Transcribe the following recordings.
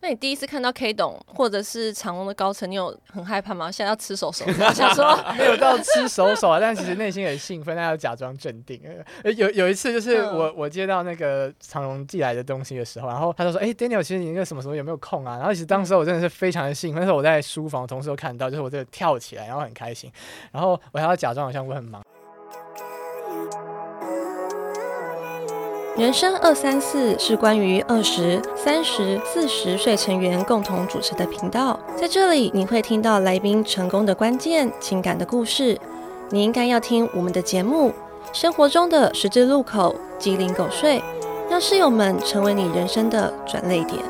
那你第一次看到 K 董或者是长隆的高层，你有很害怕吗？现在要吃手手，我想说 没有到吃手手啊，但其实内心很兴奋，但要假装镇定。 呃有有一次就是嗯我我接到那个长荣寄来的东西的时候，然后他就说：“哎、d a n i e l 其实你那个什么时候有没有空啊？”然后其实当时我真的是非常的兴奋，那时候我在书房，同时都看到，就是我这个跳起来，然后很开心，然后我还要假装好像我很 忙。人生二三四是关于二十三十四十岁成员共同主持的频道，在这里你会听到来宾成功的关键、情感的故事。你应该要听我们的节目，生活中的十字路口、鸡零狗碎，让室友们成为你人生的转泪点。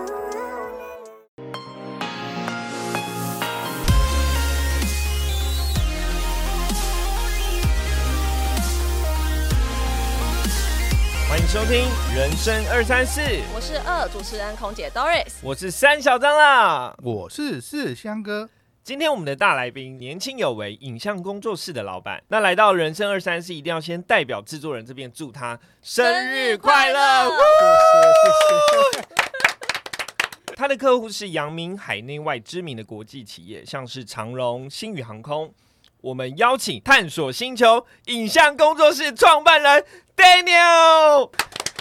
欢迎收听《人生二三四》，我是二主持人空姐 Doris，我是三小张啦。我是四 香哥，今天我们的大来宾年轻有为，影像工作室的老板。那来到《人生二三四》，一定要先代表制作人这边祝他生日快乐。谢谢谢谢。他的客户是扬名海内外知名的国际企业，像是长荣、星宇航空。我们邀请探索星球影像工作室创办人 Daniel，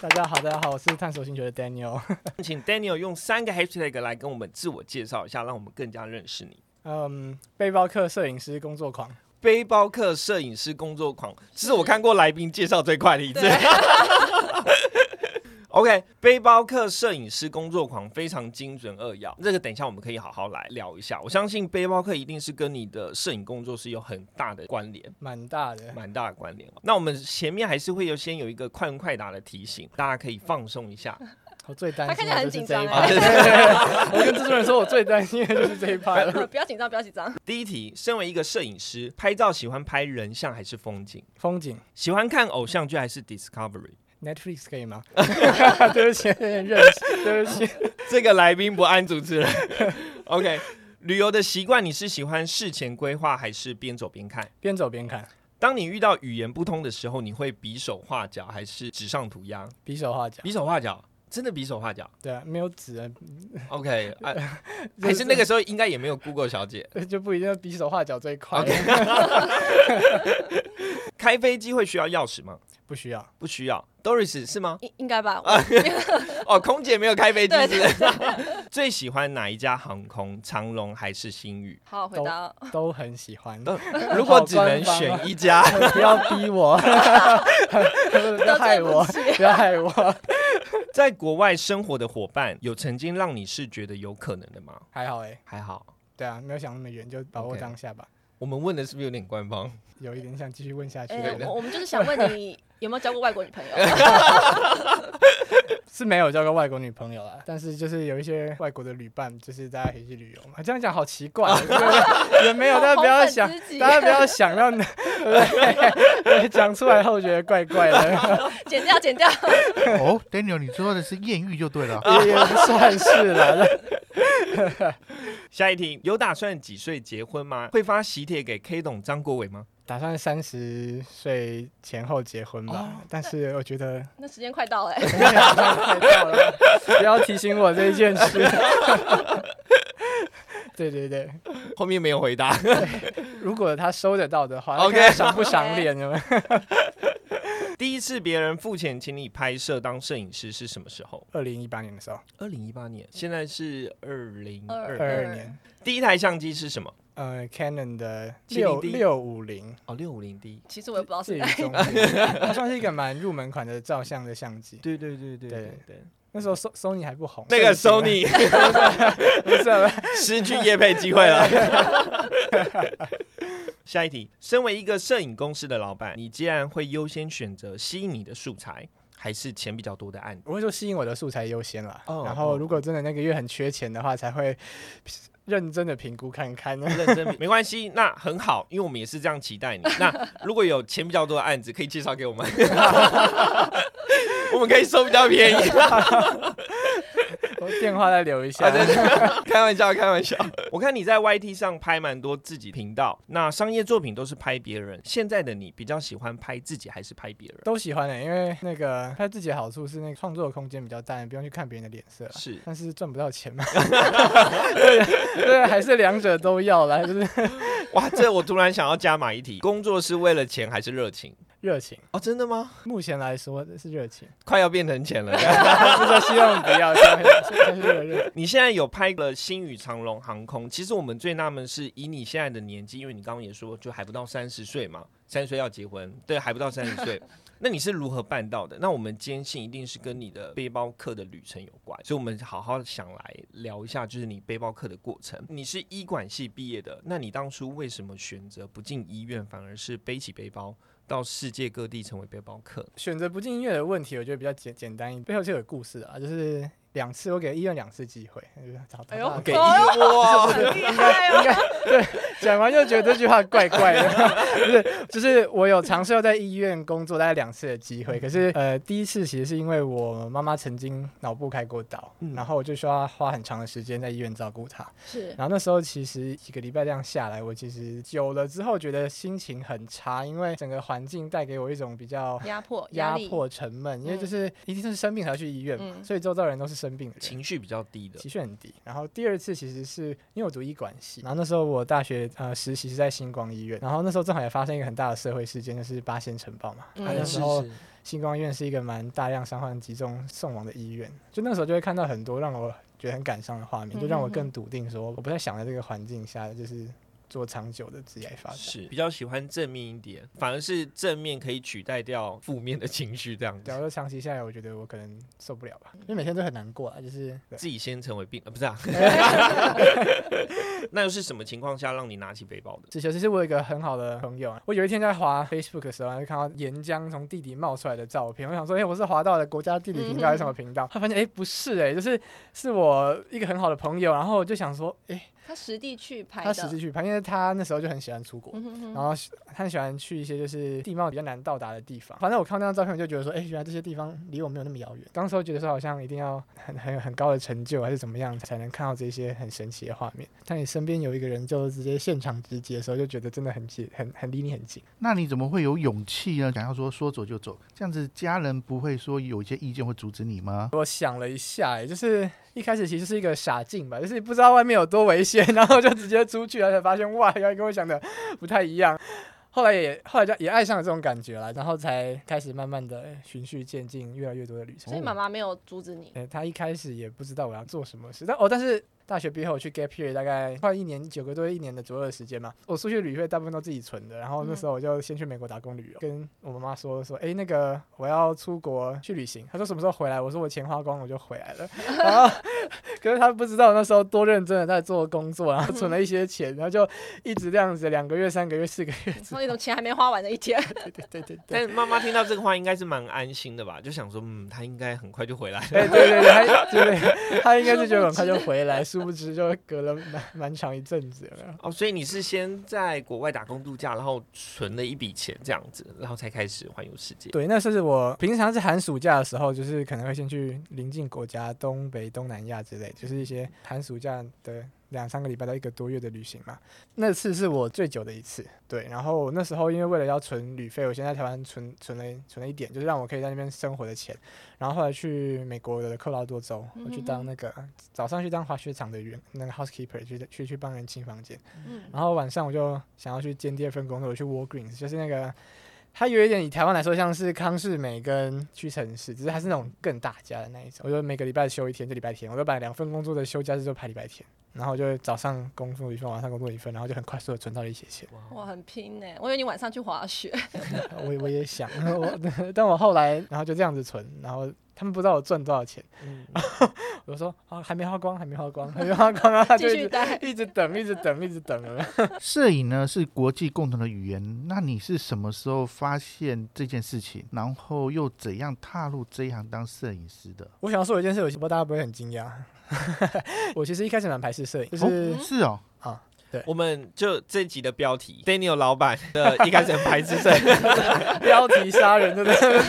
大家好，大家好，我是探索星球的 Daniel。请 Daniel 用三个 hashtag 来跟我们自我介绍一下，让我们更加认识你。嗯，背包客、摄影师、工作狂。背包客摄影师工作狂，这是我看过来宾介绍最快的一次。OK，背包客摄影师工作狂非常精准扼要，这个等一下我们可以好好来聊一下。我相信背包客一定是跟你的摄影工作是有很大的关联。蛮大的，蛮大的关联哦。那我们前面还是会有先有一个快问快答的提醒，大家可以放松一下。我最担他看心起来的很就是紧这张欸一哎趴。对对 对我跟制作人说，我最担心的就是这一趴了。不要紧张，不要紧张。第一题，身为一个摄影师，拍照喜欢拍人像还是风景？风景喜欢看偶像剧还是 Discovery？ Netflix 可以吗？ 对不起，有点认识，对不起。这个来宾不按主持人。OK，旅游的习惯，你是喜欢事前规划还是边走边看？边走边看，当你遇到语言不通的时候，你会比手画脚还是纸上涂鸦？比手画脚。比手画脚，真的比手画脚。对啊，没有纸啊， OK，、啊、 还是那个时候应该也没有 Google 小姐。个就不一定要比手画脚最快。开飞机会需要钥匙吗？不需要，不需要。Doris 是吗？应应该吧？哦，空姐没有开飞机对是不是 最喜欢哪一家航空？长龙还是星 宇？好，回答。都很喜欢。呃如果只能选一家，不要逼 我，不要害我，不要害我。在国外生活的伙伴，有曾经让你是觉得有可能的吗？还好哎，还好，对啊，没有想那么远，就把握 OK 当下吧。我们问的是不是有点官方？有一点想继续问下去哎、，对不对我我们就是想问你有没有交过外国女朋友？是没有交过外国女朋友啦，但是就是有一些外国的旅伴，就是大家一起去旅游嘛。这样讲好奇 怪哦，对不对也没有， 大家不要想好讽刺自，己 大家不要想让，对不对？ 讲出来后觉得怪怪的，剪掉，剪 掉。哦，Daniel，你说的是艳遇就对了。也也不算是啦。下一题，有打算几岁结婚吗？会发喜帖给 K 董张国伟吗？ 打算三十岁前后结婚吧，但是我觉得那时间快到了、哎太早了，不要提醒我这件事。 对对对，后面没有回答。如果他收得到的话 OK 看他赏不赏 脸有没有？ 第一次别人付钱请你拍摄当摄影师是什么时候？二零一八年的时候，二零一八年，现在是二零二二。二年，第一台相机是什么？呃，Canon 的六 7D 六五零，哦，六五零 D。其实我也不知道至是 于哪一 中间，它算是一个蛮入门款的照相的相机。对对对对对对，那时候 s o n 还不红，那个所以 Sony 不是啊 失去业配机会了。 下一题，身为一个摄影公司的老板，你既然会优先选择吸引你的素材，还是钱比较多的案子？我会说吸引我的素材优先啦。哦然后如果真的那个月很缺钱的话，才会认真的评估看看。 认 真没关系，那很好，因为我们也是这样期 待你。那如果有钱比较多的案子，可以介绍给我们， 我们可以收比较便宜。我我电话再留一下啊，。真的 开玩笑，开玩笑。我看你在 YT 上拍蛮多自己频道，那商业作品都是拍别人。现在的你比较喜欢拍自己还是拍别人？都喜欢的、欸因为那个拍自己的好处是那个创作的空间比较大，你不用去看别人的脸色啦。啊是但是赚不到钱嘛， 对对，还是两者都要啦，就是哇，这我突然想要加码一题：工作是为了钱还是热情？热情。哦，真的吗？目前来说是热 情， 快要变成钱了。但是说希望不要，希望但是热热你现在有拍了《星宇长龙航空》，其实我们最纳闷是以你现在的年纪，因为你刚刚也说就还不到三十岁嘛，三十岁要结婚，对，还不到三十岁。那你是如何办到的？那我们坚信一定是跟你的背包客的旅程有关，所以我们好好想来聊一下，就是你背包客的过程。你是医管系毕业的，那你当初为什么选择不进医院，反而是背起背包到世界各地成为背包客？选择不进医院的问题，我觉得比较简简单一点，背后就有故事啊，就是两次我给医院两次机会，就是找哎呦到给给医哇， 厉害哦！ 讲完就觉得这句话怪怪的， 不是，就是我有尝试要在医院工作大概两次的机会，可是呃，第一次其实是因为我妈妈曾经脑部开过刀，嗯然后我就需要花很长的时间在医院照顾她，是然后那时候其实几个礼拜这样下来，我其实久了之后觉得心情很差，因为整个环境带给我一种比较压迫、压力，迫、沉闷，因为就是一定是生病才要去医院嘛，嗯所以周遭人都是生病的人。情绪比较低的情绪很低。然后第二次其实是因为我读医管系，然后那时候我大学呃实习是在星光医院，然后那时候正好也发生一个很大的社会事件，就是八仙城堡嘛。嗯啊那时是候是星光医院是一个蛮大量伤患集中送往的医院，就那时候就会看到很多让我觉得很感伤的画面，就让我嗯更笃定说，我不太想在这个环境下就是做长久的职业发展。是比较喜欢正面一点，反而是正面可以取代掉负面的情绪，这样假子。如长期下来，我觉得我可能受不了吧，因为每天都很难过啊，就是对自己先成为病，呃、不是啊？那又是什么情况下让你拿起背包的？之前其实我有一个很好的朋友啊，我有一天在滑 Facebook 的时候，就看到岩浆从地底冒出来的照片，我想说，哎、我是滑到了国家地理频道还是什么频道？他发现，哎、不是、哎，就是是我一个很好的朋友，然后我就想说，哎、他实地去拍的，他实际去拍，因为他那时候就很喜欢出国。嗯哼然哼，后他很喜欢去一些就是地貌比较难到达的地方。反正我看到那张照片，我就觉得说，哎、原来这些地方离我没有那么遥远。当时候觉得说，好像一定要很很很高的成就，还是怎么样，才能看到这些很神奇的画面。但你身边有一个人就直接现场直击的时候，就觉得真的很近，很很离你很近。那你怎么会有勇气呢？想要说说走就走，这样子家人不会说有一些意见会阻止你吗？我想了一下，也就是一开始其实是一个傻劲吧，就是不知道外面有多危险， 然后就直接出去了，才发现哇，原来跟我想的不太一样。后来也后来就也爱上了这种感觉了，然后才开始慢慢的循序渐进，越来越多的旅程。所以妈妈没有阻止你，呃，他一开始也不知道我要做什么事，但哦，但是大学毕业后我去 gap year 大概快一年九个多月一年的左右的时间嘛，我出去旅费大部分都自己存的，然后那时候我就先去美国打工旅游，跟我妈妈说说，哎、那个我要出国去旅行，她说什么时候回来，我说我钱花光我就回来了， 然后可是她不知道我那时候多认真的在做工作，然后存了一些钱，然后就一直这样子两个月、三个月、四个月，嗯所以种钱还没花完的一 天，对对对对对。但妈妈听到这个话，应该是蛮安心的吧？就想说，嗯，他应该很快就回来了。哎、对对对，她对对， 她应该是觉得我很快就回 来，殊不知就隔了蛮蛮长一阵子了。哦，所以你是先在国外打工度假，然后存了一笔钱这样子，然后才开始环游世界。对，那是我平常是寒暑假的时候，就是可能会先去邻近国家东北、东南亚之类，就是一些寒暑假的两三个礼拜到一个多月的旅行嘛。那次是我最久的一次，对。然后那时候因为为了要存旅费，我先在台湾存存了存了一点，就是让我可以在那边生活的钱。然后后来去美国的科劳多州，我去当那个早上去当滑雪场的员，那个 housekeeper 去去去帮人清房间。嗯，然后晚上我就想要去兼第二份工作，我去 Walgreens，就是那个它有一点以台湾来说像是康士美跟屈臣氏，只是它是那种更大家的那一种。我就每个礼拜休一天，就礼拜天，我就把两份工作的休假日就排礼拜天，然后我就早上工作一份，晚上工作一份，然后就很快速的存到了一些钱。 哇，很拼呢，我以为你晚上去滑雪，我也我也想，我 但我后来然后就这样子存，然后。他们不知道我赚多少钱，嗯我就说啊还没花光，还没花光，还没花光，然后他就继一续直待，一直等，一直等，一直等了。摄影呢是国际共同的语言，那你是什么时候发现这件事情，然后又怎样踏入这一行当摄影师的？我想要说一件 事，我不知道大家不会很惊讶。我其实一开始蛮排斥摄影，就是、哦嗯是哦，啊，对我们就这集的标题，Daniel 老板的一开始很排斥摄影， 标题杀人，对不对？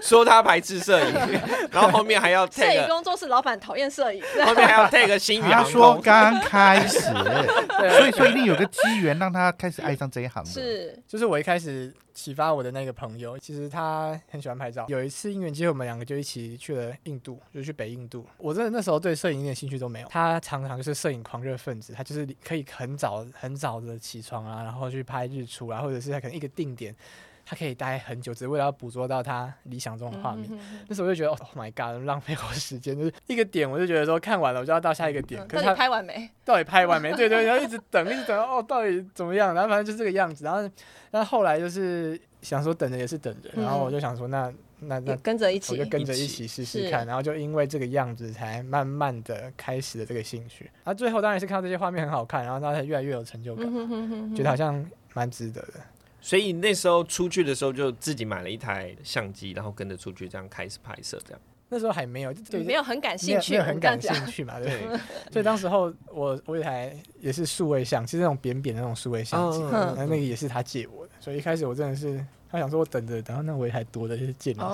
说他排斥摄影， 然后后面还要摄影 tag，工作室老板讨厌摄影， 后面还要 tag 星宇他航说空。刚开始，欸所 对，以说一定有个机缘让他开始爱上这一行的。是 就是我一开始启发我的那个朋友，其实他很喜欢拍照。有一次因缘机会，我们两个就一起去了印度，就去北印度。我真的那时候对摄影一点兴趣都没有，他常常就是摄影狂热分子，他就是可以很早很早的起床啊，然后去拍日出啊，或者是他可能一个定点。他可以待很久，只为了要捕捉到他理想中的画面。嗯哼哼那时候我就觉得，Oh my god，浪费我时间，就是一个点，我就觉得说看完了，我就要到下一个点。嗯可那你是他拍完没？到底拍完没？对对，然后一直等，一直等，哦，到底怎么样？然后反正就这个样子。然后，然后后来就是想说等着也是等着，然后我就想说那那那也跟嗯着一我起就，跟着一一起起试试是看，然后就因为这个样子才慢慢的开始了这个兴趣。然后最后当然是看到这些画面很好看，然后他才越来越有成就嗯感，哼哼哼哼觉得好像蛮值得的。所以那时候出去的时候就自己买了一台相机，然后跟着出去，这样开始拍摄，这样。那时候还没有，就对没有很感没兴有趣，没有我很们这样感讲兴趣嘛， 对。对，所以当时候我我有一台也是数位相，就是那种扁扁的那种数位相机，嗯然后嗯那个也是他借我的，所以一开始我真的是他想说我等着，然后那我也还多的就是借你一下，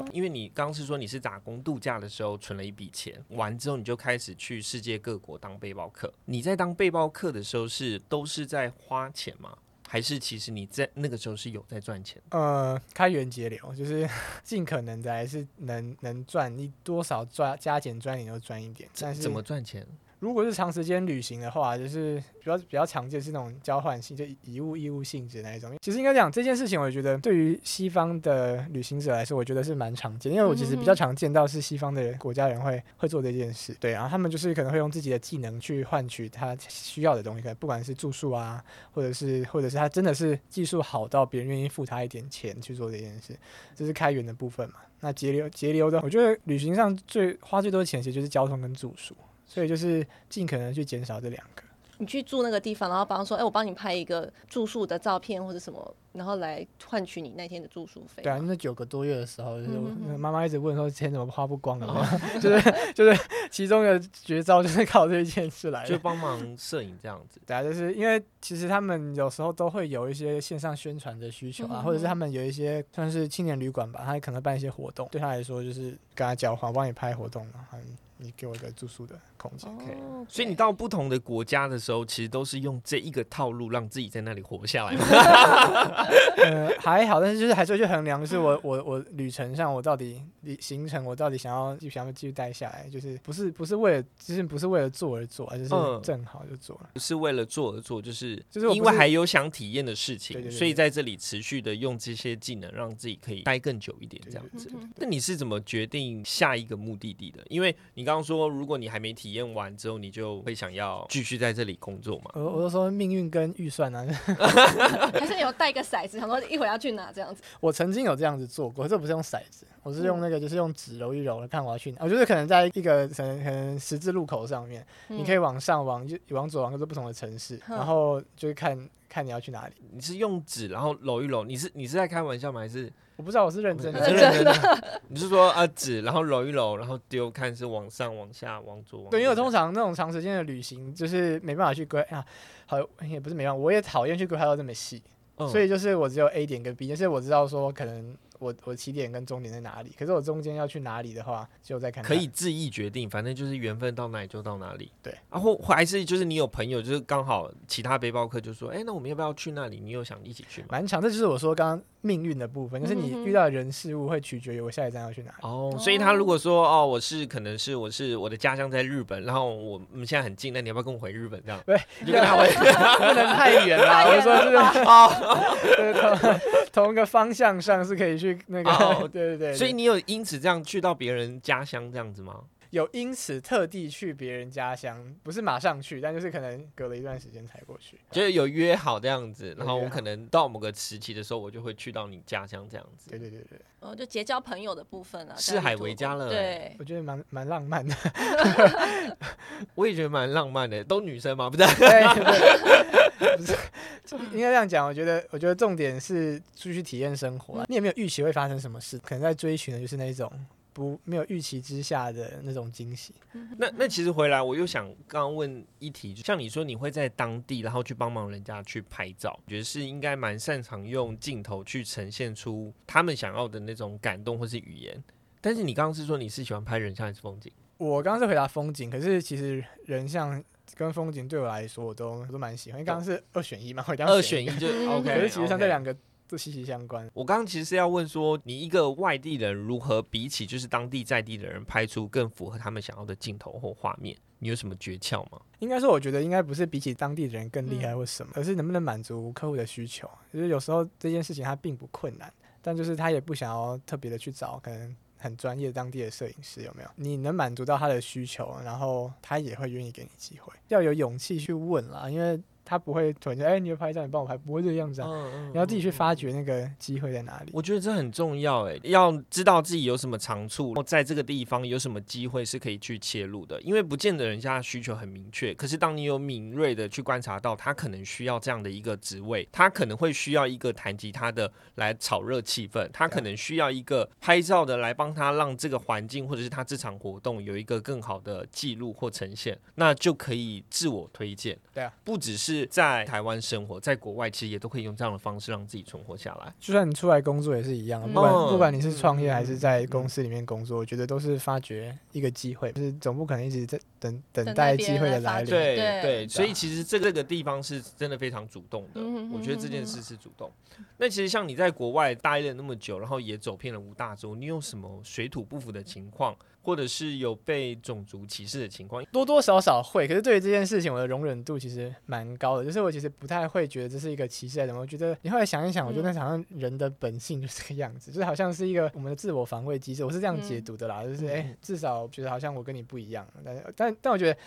哦，因为你刚刚是说你是打工度假的时候存了一笔钱，完之后你就开始去世界各国当背包客。你在当背包客的时候是都是在花钱吗？还是其实你在那个时候是有在赚钱？呃，开源节流，就是 尽可能的还是能能赚，你多少赚加减赚你都赚一点。怎但是怎么赚钱？如果是长时间旅行的话，就是比较比较常见是那种交换性，就以物易物性质那一种。其实应该讲这件事情，我觉得对于西方的旅行者来说，我觉得是蛮常见，因为我其实比较常见到是西方的国家人会会做这件事。对，然后他们就是可能会用自己的技能去换取他需要的东西，可能不管是住宿啊，或者是或者是他真的是技术好到别人愿意付他一点钱去做这件事，这是开源的部分嘛。那节流节流的，我觉得旅行上最花最多的钱其实就是交通跟住宿。所以就是尽可能去减少这两个。你去住那个地方，然后帮他说，哎，我帮你拍一个住宿的照片或者什么，然后来换取你那天的住宿费。对啊，那九个多月的时候，就是我嗯嗯嗯妈妈一直问说钱怎么花不 光啊， 就是就是其中的绝招就是靠这一件事来就的。帮忙摄影这样 子。对啊，就是因为其实他们有时候都会有一些线上宣传的需求啊，嗯嗯或者是他们有一些算是青年旅馆吧，他可能办一些活动，对他来说就是跟他交换，我帮你拍活动，然后你给我一个住宿的空间。哦 OK ，OK 所以你到不同的国家的时候，其实都是用这一个套路让自己在那里活下来嘛。呃，还好，但是就是还是会去衡量，就是我我我旅程上我到底旅行程我到底想要想要继续待下来，就是不是不是为了就是不是为了做而做，而嗯是正好就做了。不是为了做而做，就是就是我因不为是还有想体验的事情，对对对对所以在这里持续的用这些技能，让自己可以待更久一点，这样子对对对。那你是怎么决定下一个目的地的？因为你刚刚说，如果你还没体验完之后，你就会想要继续在这里工作嘛？我我都说命运跟预算啊， 哦还是你有带个骰子，想说一会儿要去哪这样子。我曾经有这样子做过，这不是用骰子，我是用那个就是用纸揉一揉，看我要去哪。我就是可能在一个可能可能十字路口上面，你可以嗯往上往右往左往右都不同的城市，嗯然后就是看看你要去哪里。你是用纸然后揉一揉，你是你是在开玩笑吗？还是我不知道我是认真你的，是认认真 的？你是说啊纸然后揉一揉，然后丢看是往上、往下、往左、往对，因为我右通常那种长时间的旅行，就是没办法去规啊，好也不是没办法，我也讨厌去规划到这么细，嗯所以就是我只有 A 点跟 B，但是我知道说可能我我起点跟终点在哪里，可是我中间要去哪里的话，就再看看可以自意决定，反正就是缘分到哪里就到哪里。对，然后还是就是你有朋友，就是刚好其他背包客就说，哎、那我们要不要去那里？你有想一起去吗？蛮长，这就是我说刚刚命运的部分，就是嗯你哼遇到的人事物会取决于我下一站要去 哪里。哦，所以他如果说哦，我是可能是我是我的家乡在日本，然后我我们现在很近，那你要不要跟我回日本这样？对，你就跟他回哦不能太远了。 啊太我远说了吧是对同同一个方向上是可以去那个，哦 对对对。所以对你有因此这样去到别人家乡这样子吗？有因此特地去别人家乡，不是马上去，但就是可能隔了一段时间才过去。就是有约好这样子，然后有约我好可能到某个时期的时候，我就会去到你家乡这样子。对对对对，哦，就结交朋友的部分啊，四海为家哎了对我，觉得蛮蛮浪漫的。我也觉得蛮浪漫的，都女生嘛，不是？ 对， 不是应该这样讲。我觉得，我觉得重点是出去体验生活啊、你也没有预期会发生什么事，可能在追寻的就是那一种不没有预期之下的那种惊喜。那那其实回来，我又想刚刚问一题，就像你说你会在当地，然后去帮忙人家去拍照，觉得是应该蛮擅长用镜头去呈现出他们想要的那种感动或是语言。但是你刚刚是说你是喜欢拍人像还是风景？我刚刚是回答风景，可是其实人像跟风景对我来说，我都我都蛮喜欢。因为刚刚是二选一嘛，我刚二选一一，就 嗯 OK。可是其实像这两个都息息相关。我刚刚其实是要问说，你一个外地人如何比起就是当地在地的人拍出更符合他们想要的镜头或画面，你有什么诀窍吗？应该说，我觉得应该不是比起当地的人更厉害嗯或什么，而是能不能满足客户的需求。就是有时候这件事情它并不困难，但就是他也不想要特别的去找可能很专业当地的摄影师，有没有？你能满足到他的需求，然后他也会愿意给你机会。要有勇气去问啦，因为他不会突然间哎、你会拍照，你帮我拍，不会这个样子啊。嗯嗯你要自己去发掘那个机会在哪里。我觉得这很重要诶，要知道自己有什么长处，然后在这个地方有什么机会是可以去切入的。因为不见得人家的需求很明确，可是当你有敏锐的去观察到他可能需要这样的一个职位，他可能会需要一个弹吉他的来炒热气氛，他可能需要一个拍照的来帮他让这个环境或者是他这场活动有一个更好的记录或呈现，那就可以自我推荐。对啊，不只是在台湾生活，在国外其实也都可以用这样的方式让自己存活下来。就算你出来工作也是一样，嗯不管哦不管你是创业还是在公司里面工作，我觉得都是发掘一个机会，就是总不可能一直在等等等待待机会的来别人来发临。掘对对对，吧所以其实这个这个地方是真的非常主动的嗯哼，我觉得这件事是主动。那其实像你在国外待了那么久，然后也走遍了五大洲，你有什么水土不服的情况，或者是有被种族歧视的情况？多多少少会，可是对于这件事情，我的容忍度其实蛮高的。就是我其实不太会觉得这是一个歧视还是什么，我觉得你后来想一嗯想，我觉得那好像人的本性就是这个样子，就是好像是一个我们的自我防卫机制，我是这样嗯解读的啦。就是哎、至少觉得好像我跟你不一样，但但但我觉得。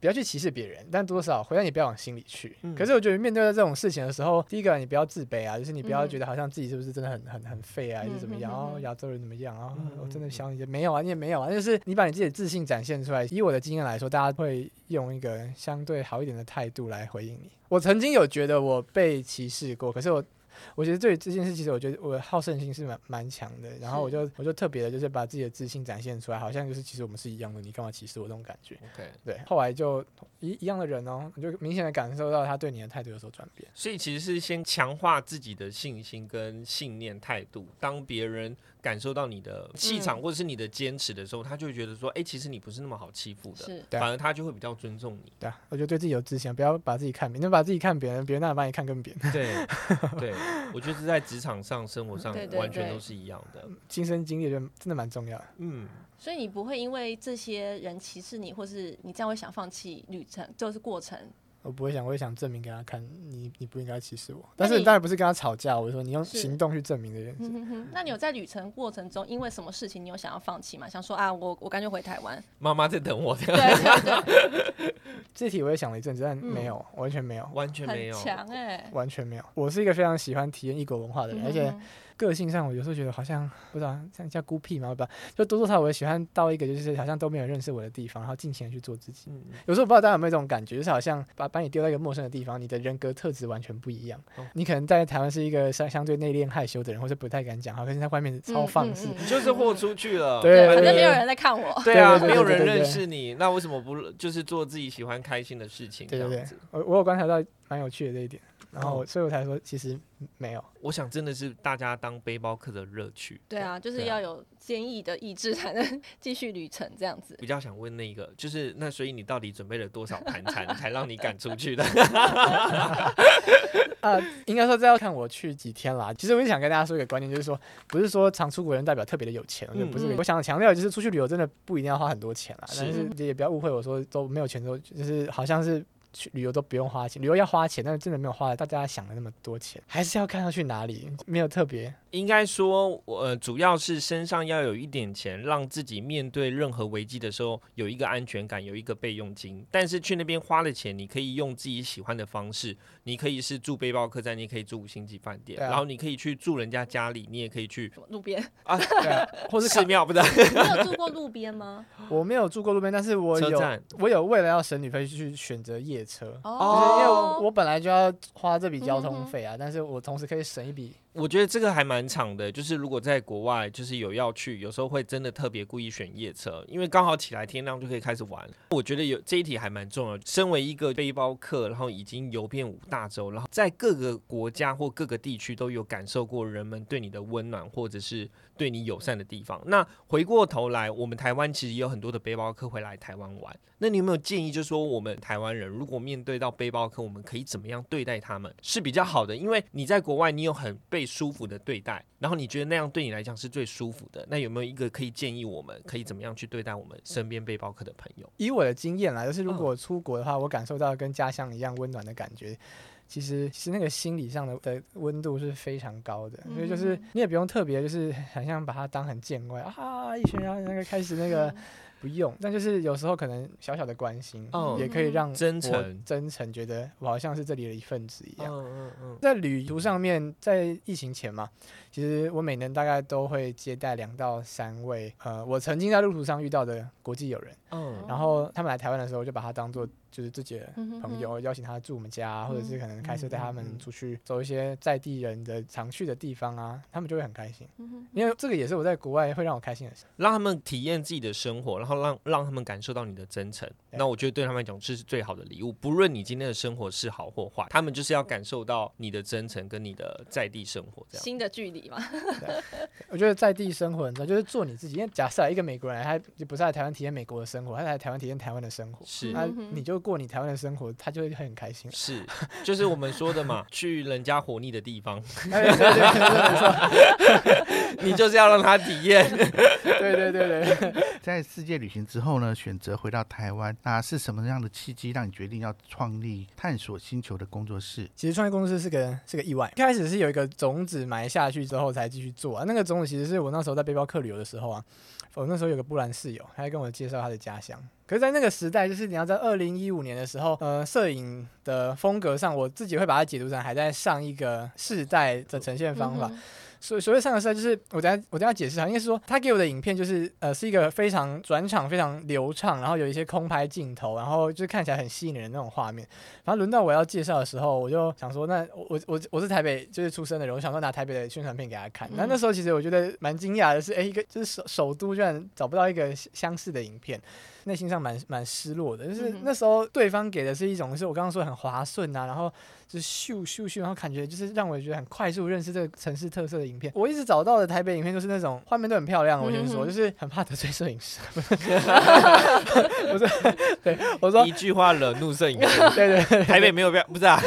不要去歧视别人，但多少回来你不要往心里去。嗯可是我觉得面对到这种事情的时候，第一个你不要自卑啊，就是你不要觉得好像自己是不是真的很很很废啊，还是怎么样？嗯嗯嗯嗯哦，亚洲人怎么样啊？嗯我真的嗯想你的没有啊，你也没有啊，就是你把你自己的自信展现出来。以我的经验来说，大家会用一个相对好一点的态度来回应你。我曾经有觉得我被歧视过，可是我。我觉得对于这件事，其实我觉得我的好胜心是蛮蛮强的，然后我就我就特别的，就是把自己的自信展现出来，好像就是其实我们是一样的，你干嘛歧视我这种感觉？ OK，对，后来就一一样的人哦，你就明显的感受到他对你的态度有所转变。所以其实是先强化自己的信心跟信念态度。当别人感受到你的气嗯场或者是你的坚持的时候，他就会觉得说，哎，其实你不是那么好欺负的，是，对啊反而他就会比较尊重你。对啊，我觉得对自己有自信，不要把自己看扁，你把自己看别人，别人那把你看更扁。 对对，我觉得是在职场上、生活上对对完全对嗯都是一样的。亲身经历就真的蛮重要的。嗯，所以你不会因为这些人歧视你，或是你这样会想放弃旅程，就是过程。我不会想，我也想证明给他看，你你不应该歧视我。但是你当然不是跟他吵架，我是说你用是嗯行动去证明这件嗯事。那你有在旅程过程中因为什么事情你有想要放弃吗？想说啊，我我干脆回台 湾。妈妈在等我对的，对对，这题我也想了一阵子，嗯但没有，完全没有，完全没很有。强哎、完全没有。我是一个非常喜欢体验异国文化的人，而且嗯个性上，我有时候觉得好像不知道像叫孤僻嘛，不知道，就多多少少我也喜欢到一个就是好像都没有人认识我的地方，然后尽情的去做自己。嗯，有时候不知道大家有没有这种感觉，就是好像把把你丢到一个陌生的地方，你的人格特质完全不一样。哦你可能在台湾是一个相相对内敛害羞的人，或者不太敢讲话，可是在外面超放肆。嗯嗯嗯就是豁出去 了。对反正没有人在看 我。对啊，对对对没有对对人对认识你，那为什么不就是做自己喜欢开心的事情这对对样对子？，我我有观察到蛮有趣的这一点，然后我所以我才说其实没有。我想真的是大家当背包客的乐趣。对啊，就是对要啊有坚毅的意志才能继续旅程这样 子。比较想问那个，就是那所以你到底准备了多少盘缠才让你赶出去的？啊、应该说这要看我去几天啦。其实我也想跟大家说一个观念，就是说，不是说常出国人代表特别的有钱，我觉得不是。嗯嗯我想强调就是出去旅游真的不一定要花很多钱啦，但是是也不要误会我说都没有钱之后，就是好像是。去旅游都不用花钱，旅游要花钱，但是真的没有花大家想的那么多钱，还是要看要去哪里，没有 特别。应该说，我呃，主要是身上要有一点钱，让自己面对任何危机的时候有一个安全感，有一个备用金。但是去那边花了钱，你可以用自己喜欢的方式，你可以是住背包客栈，你也可以住五星级饭店，对啊然后你可以去住人家家里，你也可以去什么路 边？对啊、或是寺庙，不是你有住过路边 吗？我没有住过路边，但是我车有，站。我有为了要省旅费去选择夜车，就是因为哦嗯我本来就要花这笔交通费啊，但是我同时可以省一笔我觉得这个还蛮长的，就是如果在国外，就是有要去，有时候会真的特别故意选夜车，因为刚好起来天亮就可以开始玩。我觉得有这一题还蛮重要。身为一个背包客，然后已经游遍五大洲，然后在各个国家或各个地区都有感受过人们对你的温暖，或者是对你友善的地方。那回过头来，我们台湾其实也有很多的背包客会来台湾玩。那你有没有建议，就是说我们台湾人如果面对到背包客，我们可以怎么样对待他们是比较好的？因为你在国外，你有很被舒服的对待，然后你觉得那样对你来讲是最舒服的。那有没有一个可以建议我们可以怎么样去对待我们身边背包客的朋友？以我的经验来，就是嗯如果出国的话，我感受到跟家乡一样温暖的感觉。其实，其实那个心理上的的温度是非常高的，所以就是嗯你也不用特别，就是很像把它当很见外啊，一群人那个开始嗯那 个不用，但就是有时候可能小小的关心，哦也可以让真我诚真诚觉得我好像是这里的一份子一样。嗯嗯在旅途上面，在疫情前嘛，其实我每年大概都会接待两到三位，呃，我曾经在路途上遇到的国际友人，嗯然后他们来台湾的时候，我就把他当做就是自己的嗯哼朋友，邀请他住我们家啊，或者是可能开车带他嗯嗯嗯们出去走一些在地人的常去的地方啊，他们就会很开心，嗯哼因为这个也是我在国外会让我开心的事。让他们体验自己的生活，然后让让他们感受到你的真诚。对那我觉得对他们来讲，这是最好的礼物。不论你今天的生活是好或坏，他们就是要感受到你的真诚跟你的在地生活。这样，新的距离嘛，我觉得在地生活很重要，就是做你自己。因为假设一个美国人，他就不是来台湾体验美国的生活，他来台湾体验台湾的生活，是那嗯哼你就过你台湾的生活，他就会很开 心。 是，就是我们说的嘛，去人家活腻的地方， 哎对对对你就是要让他体验。对对对对对，在世界旅行之后呢，选择回到台湾，那是什么样的契机让你决定要创立探索星球的工作室？其实创业公司是个是个意外，一开始是有一个种子埋下去之后才继续做啊。那个种子其实是我那时候在背包客旅游的时候啊，我那时候有个波兰室友，他在跟我介绍他的家乡。可是，在那个时代，就是你要在二零一五年的时候，呃，摄影的风格上，我自己会把它解读成还在上一个世代的呈现方法。嗯哼所所谓上个时代，就是我等下我等下解释啊，应该是说他给我的影片就是呃是一个非常转场非常流畅，然后有一些空拍镜头，然后就是看起来很吸引人的那种画面。反正轮到我要介绍的时候，我就想说，那我我我我是台北就是出生的人，我想说拿台北的宣传片给他看。那、嗯那时候其实我觉得蛮惊讶的是，哎、一个就是首首都居然找不到一个相相似的影片，内心上蛮蛮失落的。就是嗯哼那时候对方给的是一种，就是我刚刚说很滑顺啊，然后就是咻咻咻，然后感觉就是让我觉得很快速认识这个城市特色的影片。我一直找到的台北影片都是那种画面都很漂亮，我先说，嗯哼就是很怕得罪摄 影师， 不是，对， 我说一句话惹怒摄影师，对对 对台北没有标，不是啊？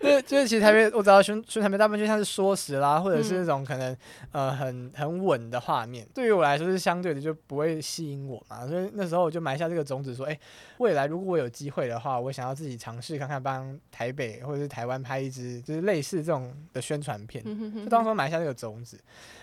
就是就是，其实台北我只要宣宣传片，大部分就像是缩时啦，或者嗯是那种可能、呃很很稳的画面，对于我来说是相对的就不会吸引我嘛。所以那时候我就埋下这个种子，说，哎、未来如果我有机会的话，我想要自己尝试看看帮台北或者是台湾拍一支就是类似这种的宣传片。嗯哼哼就当初埋下这个种子，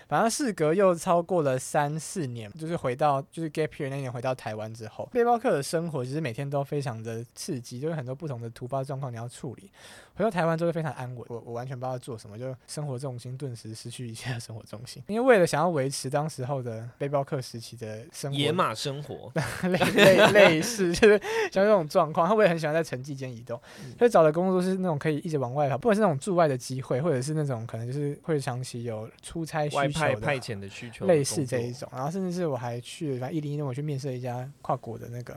反正事隔又超过了三四年，就是回到就是 gap year 那年回到台湾之后，背包客的生活其实每天都非常的刺激，就是很多不同的突发状况你要处理。回到台湾之后非常安稳，我我完全不知道做什么，就生活重心顿时失去一切的生活重心，因为为了想要维持当时候的背包客时期的生活野马生活， 类类类似，就是像这种状况，他我也很喜欢在城际间移动，嗯所以找的工作是那种可以一直往外跑，不管是那种驻外的机会，或者是那种可能就是会长期有出差需外派求派的。遣的需求，类似这一。种，然后甚至是我还去，反正一零一年我去面试了一家跨国的那个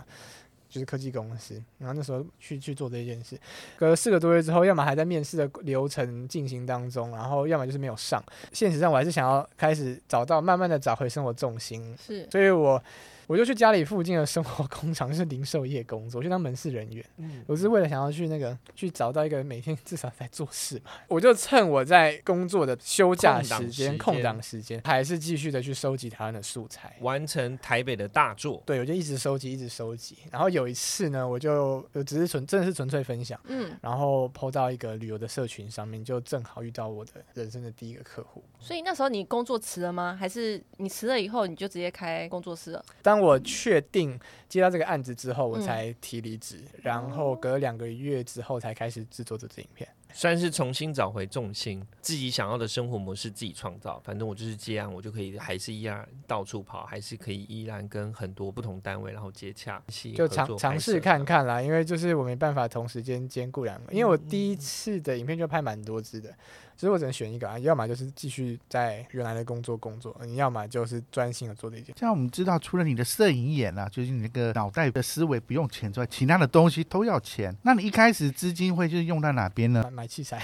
就是科技公司，然后那时候去去做这件事，隔了四个多月之后，要么还在面试的流程进行当中，然后要么就是没有上。现实上我还是想要开始找到，慢慢的找回生活重心，是所以我我就去家里附近的生活工厂，就是零售业工作，我去当门市人员。嗯我是为了想要去那个去找到一个每天至少在做事嘛，我就趁我在工作的休假空档时时间、间空档时间，还是继续的去收集台湾的素材。完成台北的大作，对，我就一直收集，一直收集。然后有一次呢，我就我只是纯真的是纯粹分享，嗯，然后 PO 到一个旅游的社群上面，就正好遇到我的人生的第一个客户。所以那时候你工作辞了吗？还是你辞了以后你就直接开工作室了？当我确定接到这个案子之后，我嗯才提离职，然后隔了两个月之后才开始制作这支影片。算是重新找回重心，自己想要的生活模式自己创造。反正我就是接案，我就可以还是依然到处跑，还是可以依然跟很多不同单位然后接洽，一起就合作尝尝拍摄试看看啦，因为就是我没办法同时间兼顾两个，因为我第一次的影片就拍蛮多支的，其实我只能选一个啊，要么就是继续在原来的工作工作，你要么就是专心的做这件。这样我们知道，除了你的摄影眼啊，就是你那个脑袋的思维不用钱之外，其他的东西都要钱。那你一开始资金会就是用在哪边呢？ 买买器材，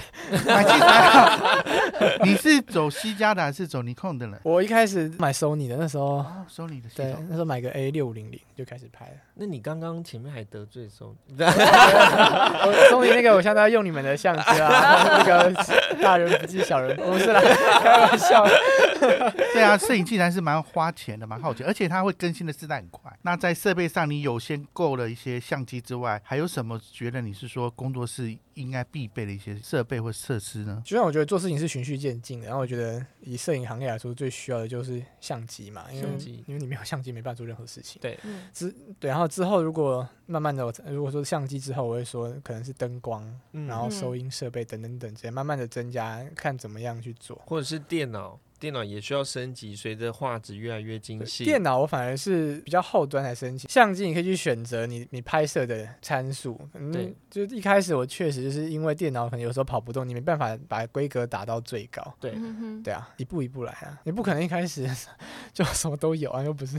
买器材啊、 你是走西家的还是走尼康的呢？我一开始买 Sony 的，那时候哦，收你的系对统，。那时候买个 A 六零零就开始拍了。那你刚刚前面还得罪说， 我终于那个，我现在要用你们的相机啊啦，那个 大人不计小人，不是啦，开玩笑。 对啊，摄影器材是蛮花钱的，蛮耗钱，而且它会更新的世代很快。那在设备上，你有先购了一些相机之外，还有什么觉得你是说工作室应该必备的一些设备或设施呢？就像我觉得做事情是循序渐进的，然后我觉得以摄影行业来说，最需要的就是相机嘛，因为相机因为你没有相机没办法做任何事情。对嗯之对，然后之后如果慢慢的，我如果说相机之后，我会说可能是灯光，嗯然后收音设备等等等之类，慢慢的增加，看怎么样去做。或者是电脑，电脑也需要升级，随着画质越来越精细，电脑我反而是比较后端才申请，相机你可以去选择你你拍摄的参数。嗯对，就是一开始我确实就是因为电脑可能有时候跑不动，你没办法把规格打到最高。对嗯哼，对啊，一步一步来啊，你不可能一开始 就什么都有啊，又不是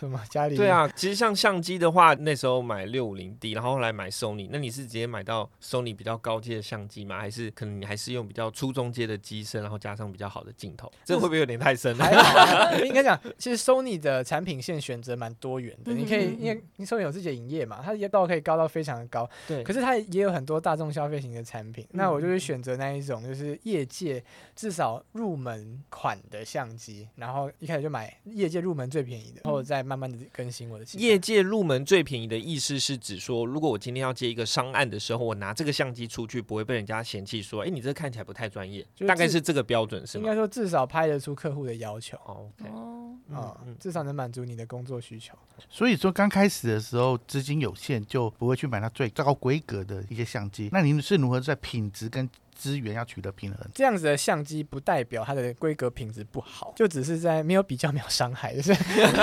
什么家里对，啊，其实像相机的话，那时候买六五零 D，然后后来买 Sony，那你是直接买到 Sony 比较高阶的相机吗？还是可能你还是用比较初中阶的机身，然后加上比较好的镜头？这会不会有点 太深还了？好啊、应该讲，其实 Sony 的产品线选择蛮多元的，你可以嗯嗯嗯因为你 Sony 有自己的影业嘛，它也到可以高到非常的高，对可是它也有很多大众消费型的产品，那嗯我就会选择那一种就是业界至少入门款的相机，然后一开始就买业界入门最便宜的，然后再慢慢的更新我的器材。嗯业界入门最便宜的意思是指说，如果我今天要接一个商案的时候，我拿这个相机出去，不会被人家嫌弃说，哎、你这看起来不太专业就，是大概自是这个标准是应吗该说至少拍得出客户的要求哦？OK，哦，啊、嗯嗯至少能满足你的工作需求。所以说刚开始的时候资金有限，就不会去买到最高规格的一些相机。那您是如何在品质跟资源要取得平衡？这样子的相机不代表它的规格品质不好，就只是在没有比较没有伤害，就是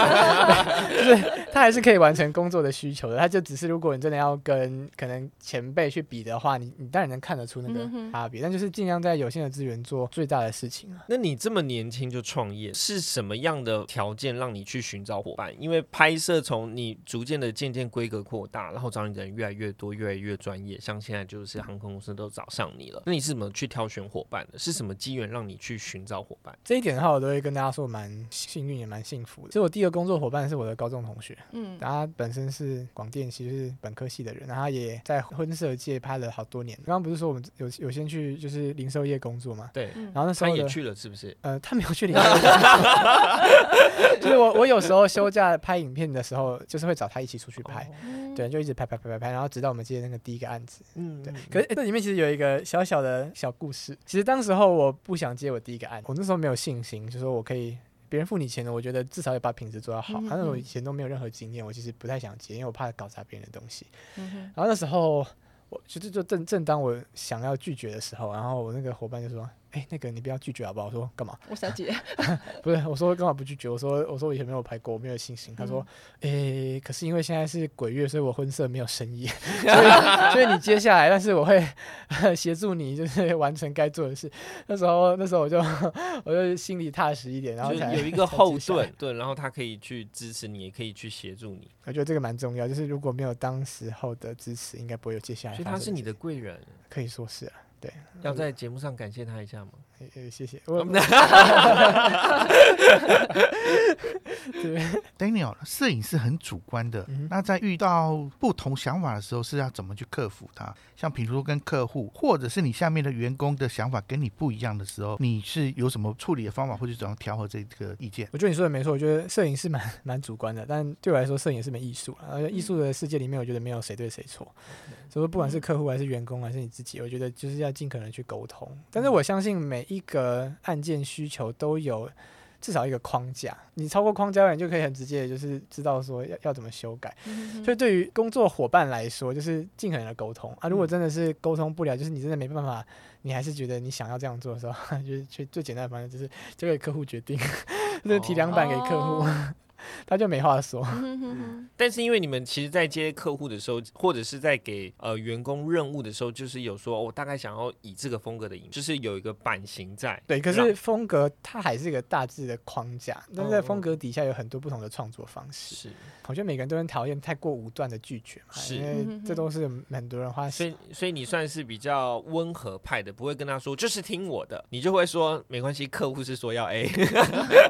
就是它还是可以完成工作的需求的。它就只是如果你真的要跟可能前辈去比的话，你你当然能看得出那个嗯哼差别，但就是尽量在有限的资源做最大的事情啊。那你这么年轻就创业，是什么样的条件让你去寻找伙伴？因为拍摄从你逐渐的渐渐规格扩大，然后找你的人越来越多，越来越专业，像现在就是航空公司都找上你了。那你是怎么去挑选伙伴的？是什么机缘让你去寻找伙伴？这一点的话，我都会跟大家说，我蛮幸运也蛮幸福的。其实我第一个工作伙伴是我的高中同学，嗯，他本身是广电系，就是本科系的人，然后他也在婚摄界拍了好多年。刚刚不是说我们有有先去就是零售业工作嘛？对，嗯然后那时他候也的去了，是不是？呃，他没有去领。 就是我，我有时候休假拍影片的时候，就是会找他一起出去拍，哦嗯，对，就一直拍拍拍拍拍，然后直到我们接那个第一个案子。嗯，对嗯，可是、欸这里面其实有一个小小的小故事。其实当时候我不想接我第一个案，我那时候没有信心，就说我可以。别人付你钱的，我觉得至少要把品质做到好。嗯反正我嗯以前都没有任何经验，我其实不太想接，因为我怕搞砸别人的东西。嗯哼然后那时候，我就就就正正当我想要拒绝的时候，然后我那个伙伴就说：“哎、那个你不要拒绝好不好？”我说：“干嘛？”我想姐，不是，我说干嘛不拒绝？我说我说我以前没有拍过，我没有信心。他说，嗯诶、可是因为现在是鬼月，所以我婚摄没有生 意，所以所以你接下来，但是我会呃协助你，就是完成该做的事。那时候那时候我就 我就心里踏实一点，然后就是才有 一才个记后下来盾，对，然后他可以去支持你，也可以去协助你，我觉得这个蛮重要，就是如果没有当时候的支持，应该不会有接下来所发以生事情。他是你的贵人，可以说是啊，要在节目上感谢他一 下吗？诶诶谢谢我。对， Daniel，摄影是很主观的，嗯哼那在遇到不同想法的时候，是要怎么去克服它？像比如说跟客户，或者是你下面的员工的想法跟你不一样的时候，你是有什么处理的方法，或者怎样调和这个意见？我觉得你说的没错，我觉得摄影是蛮 蛮主观的，但对我来说，摄影是门艺术啊。而且艺术的世界里面，我觉得没有谁对谁错，所以说不管是客户还是员工还是你自己，我觉得就是要尽可能去沟通。但是我相信每一个案件需求都有。至少一个框架，你超过框架了，你就可以很直接，就是知道说要要怎么修改。嗯 所以对于工作伙伴来说，就是尽可能的沟通啊。如果真的是沟通不了，就是你真的没办法，你还是觉得你想要这样做的时 候，就是最最简单的方式就是交给客户决定，就是 提哦两版给客户。哦 他就没话说。嗯哼哼哼但是因为你们其实，在接客户的时候，或者是在给呃员工任务的时候，就是有说，我、大概想要以这个风格的饮，就是有一个版型在。对，可让是风格它还是一个大致的框架，但是在风格底下有很多不同的创作方式。是，我觉得每个人都很讨厌太过武断的拒绝嘛，是因为这都是很多人花所心。 以所以你算是比较温和派的，不会跟他说就是听我的，你就会说没关系，客户是说要 A。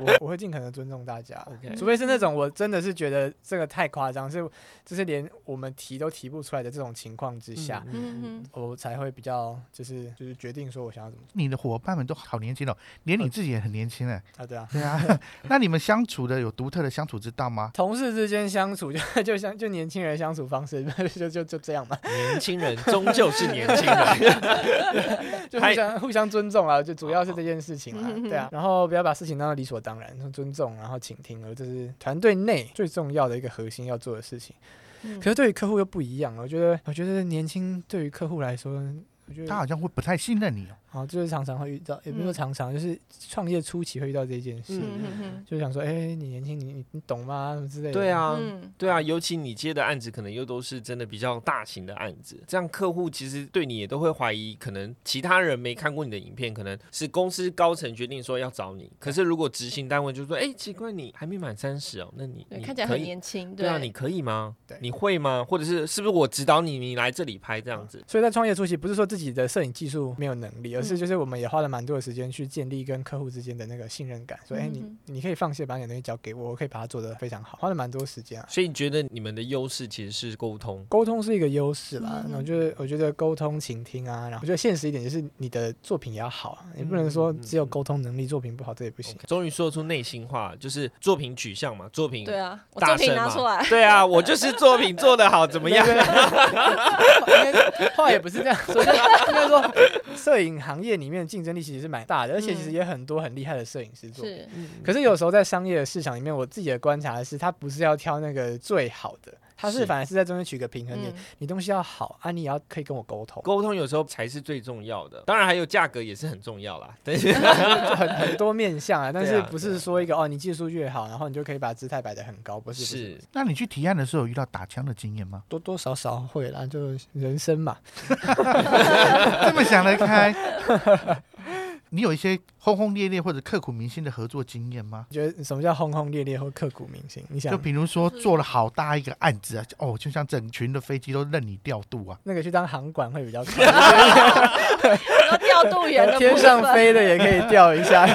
我我会尽可能尊重大家 OK 除非是那种我真的是觉得这个太夸张，是就是连我们提都提不出来的这种情况之下，嗯嗯哼我才会比较就是就是决定说我想要怎么你的伙伴们都好年轻哦，连你自己也很年轻哎。啊，呃对啊。对啊， 那你们相处的有独特的相处之道吗？同事之间相处 就就像就年轻人相处方式 就就就这样嘛，年轻人终究是年轻人， 就还互相互相尊重啊，就主要是这件事情啦嗯，对啊，然后不要把事情当做理所当然，尊重然后倾听，而呃这是团队内最重要的一个核心要做的事情。嗯可是对于客户又不一样了，我觉得我觉得年轻对于客户来说，我觉得他好像会不太信任你哦。好，就是常常会遇到，也不是嗯说常常，就是创业初期会遇到这件事，嗯哼哼就想说，哎、你年轻，你你你懂吗？什么之类的。对，啊。嗯对啊，尤其你接的案子可能又都是真的比较大型的案子，这样客户其实对你也都会怀疑，可能其他人没看过你的影片，可能是公司高层决定说要找你，可是如果执行单位就说，哎，奇怪你还没满三十哦，那你对，你看起来可很以年轻，对啊，你可以吗对？你会吗？或者是是不是我指导你，你来这里拍这样子？所以在创业初期，不是说自己的摄影技术没有能力，而嗯是就是我们也花了蛮多的时间去建立跟客户之间的那个信任感，说，哎、嗯你你可以放心把你的东西交给我，我可以把它做得非常好，花了蛮多时间啊。所以你觉得你们的优势其实是沟通，沟通是一个优势啦，嗯那我觉得我觉得沟通、倾听啊，然后我觉得现实一点就是你的作品也要好啊，你不能说嗯嗯嗯只有沟通能力，作品不好这也不行。终于说出内心话，就是作品取向嘛，作品对啊，我大作声品嘛拿出来，啊对啊，我就是作品做得好，怎么样？对？对 对话也不是这样说，应该说， 摄影行业里面竞争力其实是蛮大的，而嗯且其实也很多很厉害的摄影师做。是可是有时候在商业的市场里面，我自己的观察是，他不是要挑那个最好的，他是是反而是在中间取个平衡点。嗯 你东西要好啊，你也要可以跟我沟 通，沟通有时候才是最重要的，当然还有价格也是很重要啦。 但是就很很多面向啊。但对是啊不是说一个哦，你技术越好，然后你就可以把姿态摆得很高，不是？不？是那你去提案的时候有遇到打枪的经验吗 多多少少会啦，就人生嘛。这么想得开， 你有一些轰轰烈烈或者刻骨铭心的合作经验吗？你觉得什么叫轰轰烈烈或刻骨铭心？你想就比如说做了好大一个案子啊，就哦，就像整群的飞机都任你调度啊，那个去当航管会比 较快。然后调度员的部 天上分飞的也可以钓一 下。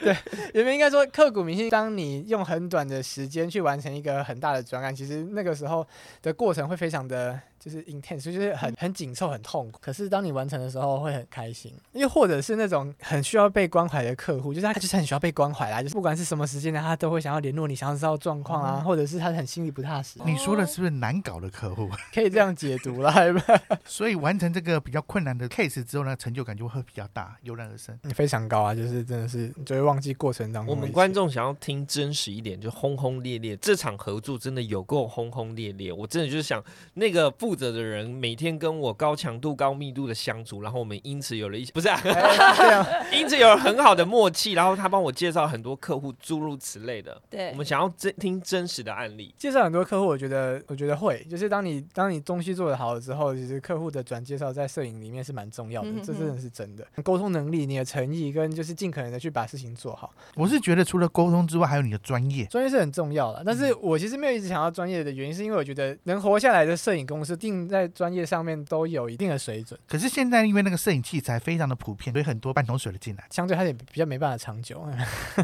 对，原本应该说刻骨铭心。当你用很短的时间去完成一个很大的专案，其实那个时候的过程会非常的就是 intense，就是嗯很很紧凑、很痛苦。可是当你完成的时候会很开心，又或者是那种很需要被关怀的客户，就是他就是很需要被关怀啦，就是不管是什么时间呢，他都会想要联络你，想要知道状况嗯啊，或者是他很心里不踏哦实，你说的是不是难搞的客户？ 可以这样解读啦。 所以完成这个比较困难的 case 之后呢，成就感就会比较大，油然而生。非常高啊，就是真的是你就会忘记过程当中我的一们切观众想要听真实一点，就轰轰烈烈。这场合作真的有够轰轰烈烈，我真的就是想那个负责的人每天跟我高强度、高密度的相处，然后我们因此有了一些不是、 啊，哎这样因此有了很好的默契，然后他帮我介绍很多客户，诸如此类的。对我们想要真听真实的案例，介绍很多客户，我觉得我觉得会，就是当你当你东西做得好了之后，其实客户的转介绍在摄影里面是蛮重要的，嗯哼这真的是真的。沟通能力、你的诚意跟就是尽可能的去把事情做好，我是觉得除了沟通之外，还有你的专业。专业是很重要的。但嗯是我其实没有一直想要专业的原因，是因为我觉得能活下来的摄影公司，一定在专业上面都有一定的水准，可是现在因为那个摄影器材非常的普遍，所以很多半桶水的进来。相对它也比较没办法长久。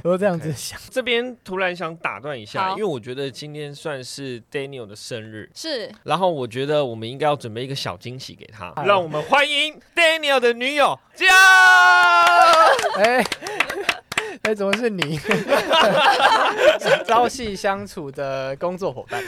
我都这样子想，这边突然想打断一下，好因为我觉得今天算是 Daniel 的生日，是然后我觉得我们应该要准备一个小惊喜给他，好让我们欢迎 Daniel 的女友嘉。 哎。哎，怎么是你？ 朝夕相处的工作伙伴，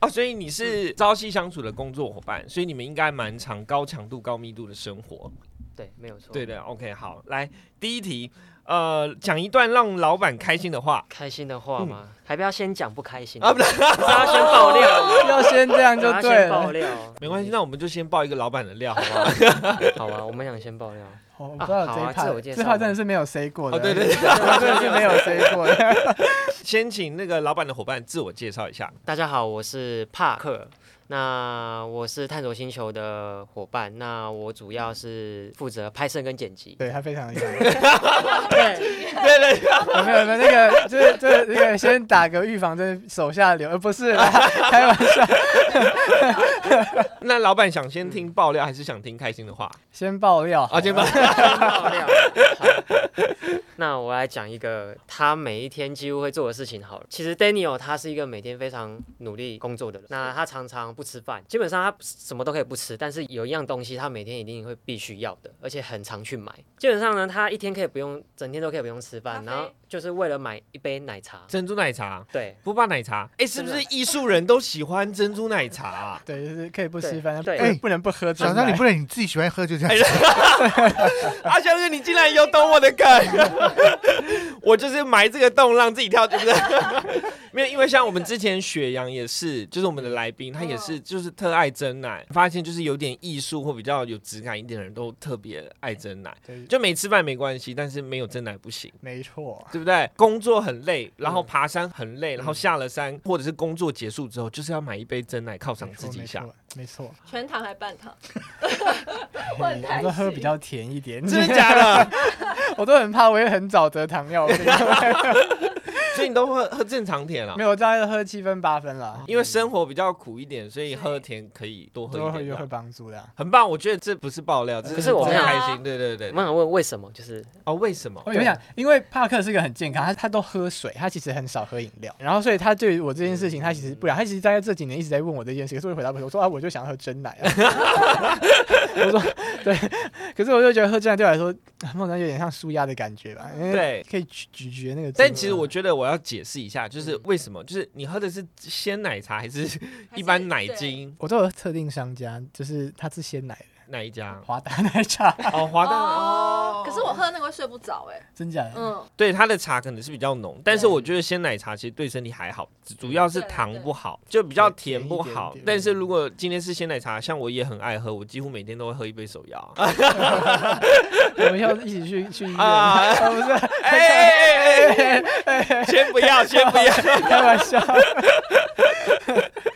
啊，所以你是朝夕相处的工作伙伴，所以你们应该蛮常高强度、高密度的生活。对，没有错。对，的，OK，好，来第一题，呃，讲一段让老板开心的话。嗯开心的话吗？还不要先讲不开心啊不 是，要先爆料，要先这样就要对啊先爆了。料， 没关系，那我们就先爆一个老板的料，好不好？好啊，我们想先爆料。哦我我不知道啊这好啊一趴自我介绍这趴真的是没有 say 过的，哦对 对对真的是没有 say 过的。先请那个老板的伙伴自我介绍一下。大家好，我是帕克。那我是探索星球的伙伴，那我主要是负责拍摄跟剪辑。对他非常厉害。对对对，有没有有没有那个就是这那个先打个预防针，手下留，呃不是啦，开玩笑，那老板想先听爆料还是想听开心的话？先爆料啊，先爆。爆料。好那我来讲一个他每一天几乎会做的事情好了。其实 Daniel 他是一个每天非常努力工作的人，那他常常不吃饭，基本上他什么都可以不吃，但是有一样东西他每天一定会必须要的，而且很常去买。基本上呢，他一天可以不用，整天都可以不用吃咖饭，啡然后就是为了买一杯奶茶。 珍珠奶茶，对，波霸奶茶，哎，是不是艺术人都喜欢珍珠奶茶 啊？对，就是可以不对吃饭，对哎，不能不喝。小张，你不能你自己喜欢喝就这样。哎 阿翔哥，你竟然有懂我的梗， 我就是埋这个洞让自己跳，对不对？ 没有，因为像我们之前雪阳也是，就是我们的来宾，他也是就是特爱真奶，发现就是有点艺术或比较有质感一点的人都特别爱真奶，对，就没吃饭没关系，但是没有真奶不行。没错，对不对？工作很累，然后嗯爬山很累，然后下了山，或者是工作结束之后，就是要买一杯真奶犒赏没自错己一没下。错，没错，嗯全糖还半糖，我很开都喝心比较甜一点，真的假的？ 我都很怕我也很早得糖尿病，所以你都喝喝正常甜了没，有，我大概喝七分八分啦，因为生活比较苦一点，所以喝甜可以多喝多喝一就点会的。帮助的啊。很棒，我觉得这不是爆料，这可是我很没有开心。对对对我，想问为什么？就是哦，为什么我？有想，因为帕克是个很健康，他他都喝水，他其实很少喝饮料，然后所以他对于我这件事情，他其实不然，他其实大概这几年一直在问我这件事，可是我回答不出，我说啊，我就想喝真奶啊， 我说 对，可是我就觉得喝真奶对我来说，梦想有点像舒压的感觉吧，因为对可以咀咀嚼那个真啊奶。但其实我觉得我要解释一下，就是为什么？就是你喝的是鲜奶茶还是一般奶精？我都有特定商家，就是他是鲜奶的，哪一家？华达奶茶，哦，华大哦哦。可是我喝那个会睡不着哎、真假的？嗯，对它的茶可能是比较浓，但是我觉得鲜奶茶其实对身体还好，主要是嗯对糖对不好，就比较对甜甜不一点好点。但是如果今天是鲜奶茶，像我也很爱喝，我几乎每天都会喝一杯手摇。啊 我们要一起去去医院，啊啊不是哎哎哎哎哎，先不要，先不要。开玩笑。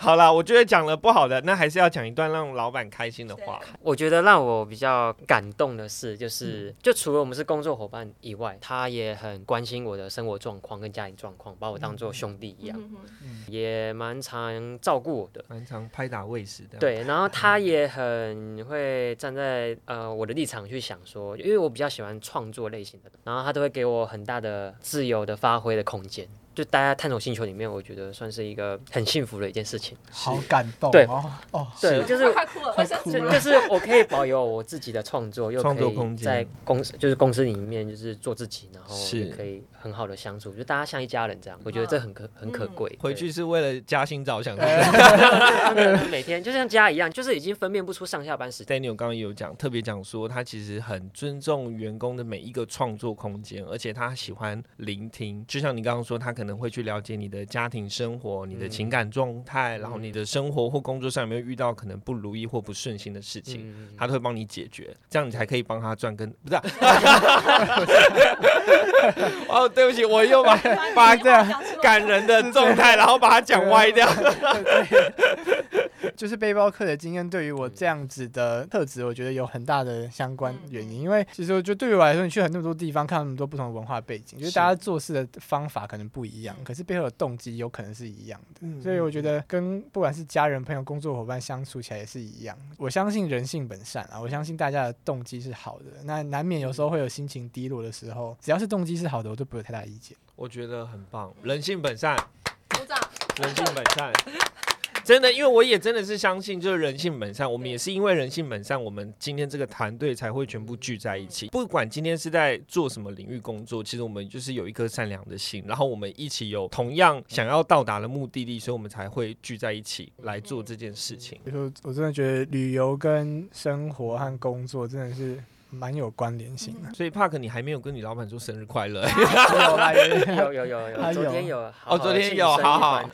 好啦，我觉得讲了不好的，那还是要讲一段让老板开心的话。我觉得让我比较感动的事，就是、嗯就除了我们是工作伙伴以外，他也很关心我的生活状况跟家庭状况，把我当做兄弟一样，嗯哼哼也蛮常照顾我的。蛮常拍打喂食的，，对，然后他也很会站在呃我的立场去想说，因为我比较喜欢创作类型的，然后他都会给我很大的自由的发挥的空间。就大家探索星球里面，我觉得算是一个很幸福的一件事情。好感动对哦！哦，对，是就是快哭了，卫生就纸就了。是 我可以保有我自己的创作，又创可作以空间在公司就是公司里面就是做自己，然后是也可以很好的相处，就大家像一家人这样，我觉得这很可很可贵。对回去是为了加薪着想。每天就像家一样，就是已经分辨不出上下班时间。 Daniel 刚刚也有讲，特别讲说他其实很尊重员工的每一个创作空间，而且他喜欢聆听。就像你刚刚说，他可能会去了解你的家庭生活、你的情感状态，然后你的生活或工作上有没有遇到可能不如意或不顺心的事情，嗯，他都会帮你解决，这样你才可以帮他赚更不是、啊？哦，对不起，我又把把这样感人的状态，然后把它讲歪掉。就是背包客的经验，对于我这样子的特质，我觉得有很大的相关原因。因为其实我觉得对于我来说，你去很多地方，看那么多不同的文化背景，就是是大家做事的方法可能不一样，可是背后的动机有可能是一样嗯的。所以我觉得跟不管是家人、朋友、工作伙伴相处起来也是一样。我相信人性本善啊，我相信大家的动机是好的。那难免有时候会有心情低落的时候，只要是动机是好的，我都不会有太大意见。我觉得很棒，人性本善。鼓掌，人性本善。 真的，因为我也真的是相信，就是人性本善。我们也是因为人性本善，我们今天这个团队才会全部聚在一起。不管今天是在做什么领域工作，其实我们就是有一颗善良的心，然后我们一起有同样想要到达的目的地，所以我们才会聚在一起来做这件事情。比如说，我真的觉得旅游跟生活和工作真的是蛮有关联性的。所以帕克，你还没有跟你老板说生日快乐、嗯有啦有啦有有有有，还有昨天有好好哦，地昨天庆有，生 好一番好。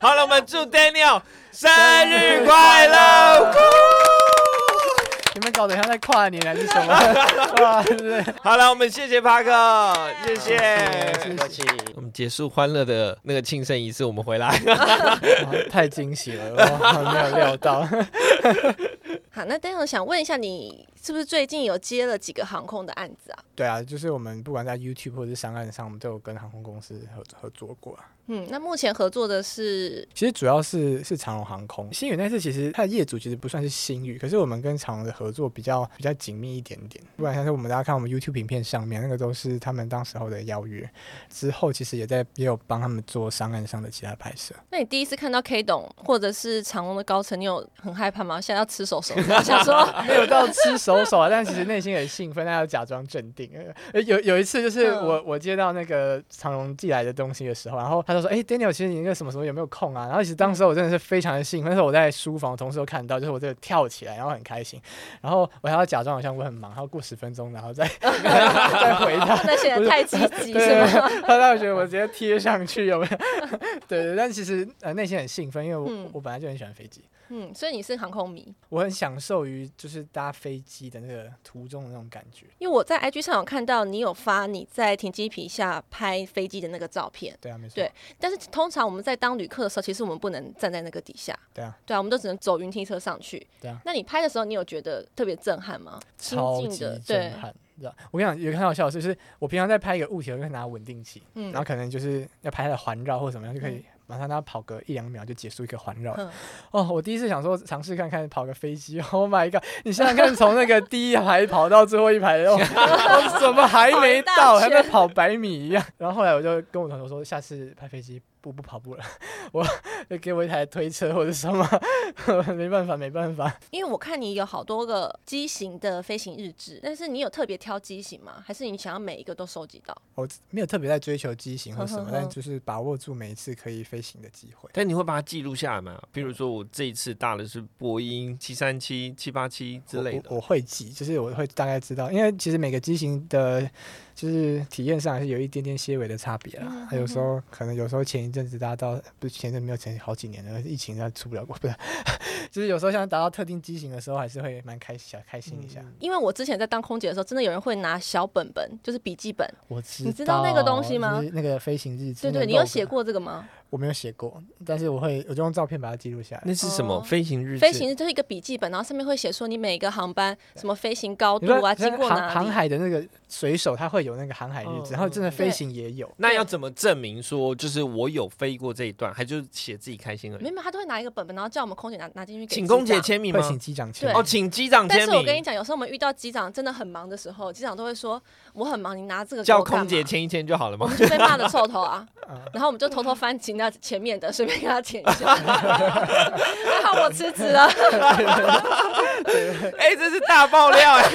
好了，我们祝 Daniel 生日快乐！ 你们搞得像在跨年还是什 么？哇，对不对？好了，我们谢谢帕克，谢谢谢。客气。我们结束欢乐的那个庆生仪式，我们回来。哇太惊喜了，我 没有料到。好，那 Daniel 想问一下，你是不是最近有接了几个航空的案子啊？对啊，就是我们不管在 YouTube 或者是商案上，我们都有跟航空公司合合作过啊。嗯，那目前合作的是其实主要是是长荣航空，新宇那次其实它的业主其实不算是新宇，可是我们跟长荣的合作比较比较紧密一点点。不然像是我们大家看我们 YouTube 影片上面那个都是他们当时候的邀约，之后其实也在也有帮他们做商案上的其他拍摄。那你第一次看到 K 董或者是长隆的高层，你有很害怕吗？现在要吃手手， 想说没有到吃手手啊，但 其实内心很兴奋，但要假装镇定。呃有有一次就是嗯我、我接到那个长荣寄来的东西的时候，然后他就说：“哎、d a n i e l 其实你那个什么什么有没有空啊？”然后其实当时我真的是非常的兴奋，那时候我在书房，同时有看到，就是我这个跳起来，然后很开心，然后我还要假装好像我很忙，然后过十分钟，然后再 再回他不。能显得太积极，对是对，吗？对他让我觉得我直接贴上去有没 有？对对，但其实呃内心很兴奋，因为我、嗯我本来就很喜欢飞机。 嗯，所以你是航空迷，我很享受于就是搭飞机的那个途中的那种感觉。因为我在 IG 上有看到你有发你在停机坪下拍飞机的那个照片，对啊，没错。对但是通常我们在当旅客的时候，其实我们不能站在那个底下，对啊，对啊，我们都只能走云梯车上去。对啊那你拍的时候，你有觉得特别震撼吗？超亲级近的对震撼。你知道，我跟你讲，有个很好笑的事，就是我平常在拍一个物体，我就会拿稳定器，嗯然后可能就是要拍它的环绕或怎么样，就可以马上让它跑个一两秒就结束一个环绕。嗯哦，我第一次想说尝试看看跑个飞机，Oh my god！你想想看，从那个第一排跑到最后 一排，哦，我怎么还没到，跑一大还圈在跑百米一样。然后后来我就跟我同学说，下次拍飞机不不跑步了， 我就给我一台推车或者什么， 没办法，没办法。因为我看你有好多个机型的飞行日志，但是你有特别挑机型吗？还是你想要每一个都收集到？我没有特别在追求机型或什么，哼哼哼但就是把握住每一次可以飞行的机会。但你会把它记录下来吗？比如说我这一次搭的是波音七三七、七八七之类我我的。我会记，就是我会大概知道，因为其实每个机型的，就是体验上还是有一点点些微的差别嗯啦。还有时候可能有时候前一阵子搭到，不是前一阵没有前好几年了，疫情它出不了国，不是， 就是有时候像达到特定机型的时候，还是会蛮开小开心一下。嗯因为我之前在当空姐的时候，真的有人会拿小本本，就是笔记本。我知你知道那个东西吗就是那个飞行日志，对那个对，你有 log 写？啊过这个吗？我没有写过，但是我会，我就用照片把它记录下来。那是什哦么？飞行日志？飞行就是一个笔记本，然后上面会写说你每个航班什么飞行高你度说啊，像经过航哪航里。哦海的那个水手，他会有那个航海日嗯志，然后真的飞行也有。那要怎么证明说就是我有飞过这一段？还就是写自己开心而没已？有，没有他都会拿一个本本，然后叫我们空姐拿拿进去给请空机姐长签名会吗？请机长签对哦，请机长但签是名。我跟你讲，有时候我们遇到机长真的很忙的时候，机长都会说我很忙，你拿这个给叫我干嘛空姐签一签就好了我 吗们？就被骂的臭头啊嗯，然后我们就偷偷翻请那前面的，随便给他舔一 下。还好我辞职了，哎、这是大爆料哎、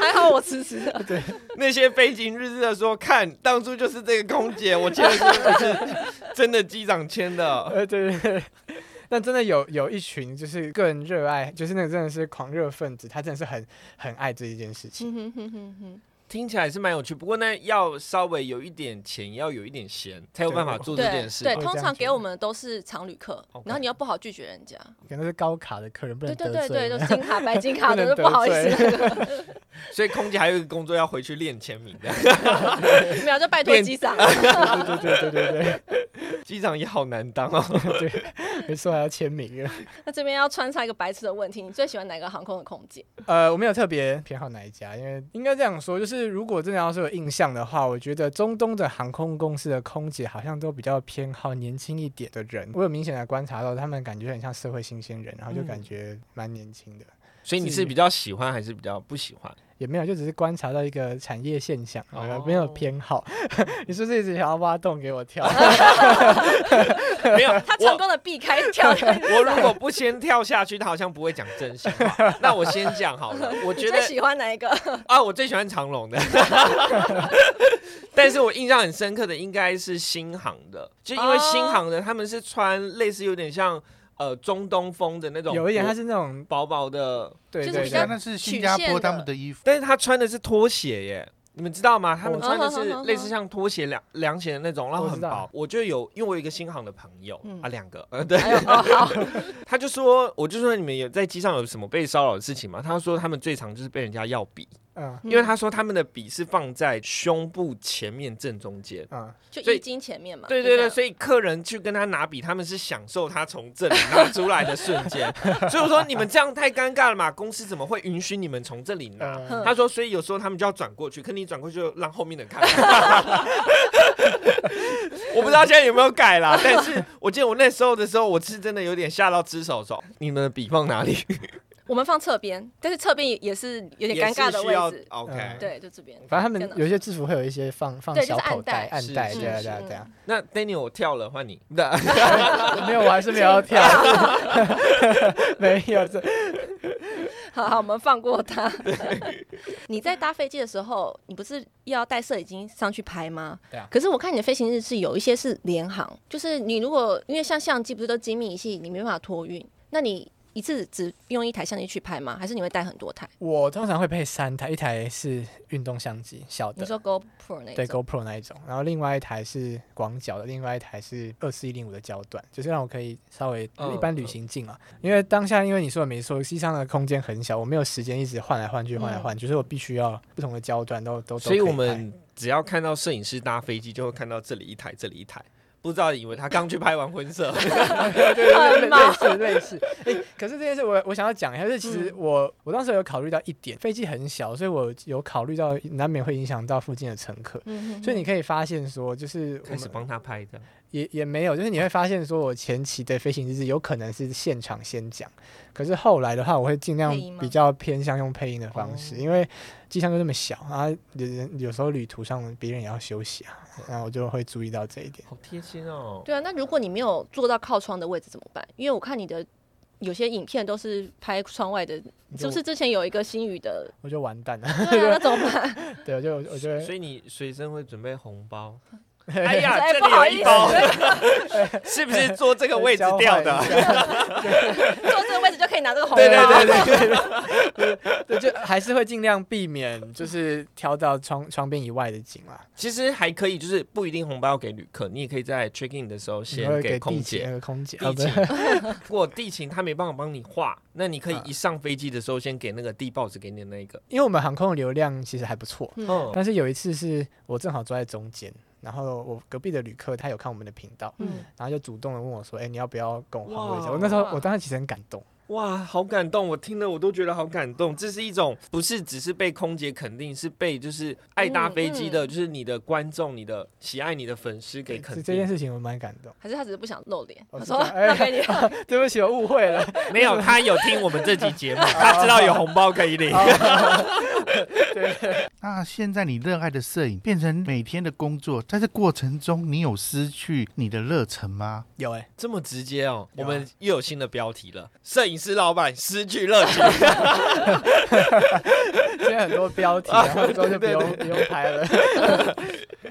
还好我辞职了。 那些飞行日志的说，看当初就是这个空姐，我签的 是不是真的机长签的？呃，对对对。 但真的有有一群就是更热爱，就是那个真的是狂热分子，他真的是很很爱这一件事情。嗯哼哼哼哼听起来是蛮有趣，不过呢，要稍微有一点钱，要有一点闲，才有办法做这件对事。对，会这通样常觉给得我们的都是常旅客， OK 然后你又不好拒绝人家。可能是高卡的客人不对能对得对罪对，都人。金卡 白金卡不的能都不好意得思， 所以空姐还有一个工作要回去练签名的， 没有就拜托变机长。 对对对对机长也好难当哦。对对，没错，还要签名。 那这边要穿插一个白痴的问题，你最喜欢哪个航空的空姐？呃，我没有特别偏好哪一家，因为应该这样说，就是如果真的要是有印象的话，我觉得中东的航空公司的空姐好像都比较偏好年轻一点的人。我有明显的观察到，他们感觉很像社会新鲜人，然后就感嗯觉蛮年轻的。所以你是比较喜欢还是比较不喜欢？也没有，就只是观察到一个产业现象，哦呃，没有偏好。 你是不是一直想要挖洞给 我跳？ 没 有，他成我功的避开跳开我如果不先跳下去，他好像不会讲真心话。那我先讲好了， 我你觉得最喜欢哪一个？啊，我最喜欢长 隆的，但是我印象很深刻的应该是新航的，就因为哦新航的他们是穿类似有点像呃中东风的那种薄，有一点，它是那种薄薄的，对就是对比对较啊，对，那是新加坡他们的衣服，但是他穿的是拖鞋耶，你们知道吗？他们我穿的哦好是好好类似像拖哦鞋、凉凉鞋的那种，然后我很知道薄。我就有，因为我有一个新航的朋友嗯啊，两个，呃，对，还有哦好，他就说，我就说你们有在机上有什么被骚扰的事情吗？他说他们最常就是被人家要笔，嗯因为他说他们的笔是放在胸部前面正中间。嗯，就所以衣襟前面嘛，对对对，以所以客人去跟他拿笔，他们是享受他从这里拿出来的瞬 间。所以我说你们这样太尴尬了嘛，公司怎么会允许你们从这里拿？嗯嗯他说，所以有时候他们就要转过去，可你转过去就让后 面的人看。 我不知道现在有没有改啦， 但是我记得我那时候的时候，我是真的有点吓到只手手。你们的笔放哪里？我们放侧边，但是侧边也也是有点也尴是尬的需要位置， OK，嗯对，就这边。反正他们真的有些制服会有一些放放对就是小口暗袋袋、暗是袋，是对啊是对啊对那 Daniel 我跳了，换你。那啊，没有，我还是没有要 跳，没有这好好，我们放过他。 你在搭飞机的时候，你不是要带摄影机上去拍吗？对啊可是我看你的飞行日志有一些是联航，就是你如果因为像相机不是都精密一系，你没办法托运，那你一次只用一台相机去拍吗？还是你会带很多台？我通常会配三台，一台是运动相机，小你的，说 GoPro 那对种， GoPro 那一种，然后另外一台是广角的，另外一台是二四一零五的焦段，就是让我可以稍微嗯一般旅行镜嘛。因为当下，因为你说的没错，机上的空间很小，我没有时间一直换来换去，换来嗯换去，所以我必须要不同的焦段都都。都所以可我拍们只要看到摄影师搭飞机，就会看到这里一台，这里一台。不知道以为他刚去拍完婚摄， 对对对，很忙类似类似。哎、可是这件事我我想要讲一下，就是其嗯实我、我当时有考虑到一点，飞机很小，所以我有考虑到难免会影响到附近的乘客。嗯哼哼所以你可以发现说，就是我开始们帮他拍的。也也没有，就是你会发现说我前期的飞行日志有可能是现场先讲，可是后来的话，我会尽量配音吗比较偏向用配音的方式，哦因为机箱就这么小啊，有人有时候旅途上别人也要休息啊，然后我就会注意到这一点。 好贴心哦！对啊，那如果你没有坐到靠窗的位置怎么办？因为我看你的有些影片都是拍窗外的，是不是之前有一个新宇 的？我就完蛋了，对啊，那怎么办？对，我就我就会所以你随身会准备红包？哎呀， 哎这不里好有意一思 包，是不是坐这个位置交换掉一的？下坐这个位置就可以拿这个红包。对对对对， 对，就还是会尽量避免，就是挑到窗窗边以外的景啦。其实还可以，就是不一定红包给旅客，你也可以在 check in 的时候你会先给空地勤那姐。个空姐，地啊不勤是，如果地勤他没办法帮你画，那你可以嗯一上飞机的时候先给那个地报纸给你的那个。因为我们航空的流量其实还不错，嗯，但是有一次是我正好坐在中间，然后我隔壁的旅客他有看我们的频道，嗯，然后就主动的问我说：“哎、你要不要跟我换位置？”哇我那时候我当时其实很感动，哇，好感动！我听了我都觉得好感动。这是一种不是只是被空姐肯定，是被就是爱搭飞机的，就是你的观众、你的喜爱你的粉丝给肯是这件定。事情我蛮感 动。还是他只是不想露脸，哦他是说这样哎那给你。对不起，我误会了。没有，他有听我们这集节目，他知道有红包可 哦以领。那现在你热爱的摄影变成每天的工作，在这过程中，你有失去你的热 忱吗？ 有哎、这么直接哦，我有啊们又有新的标题了。摄影师老板失去热情，现在很多标 题，啊然后之后就不用不用拍了。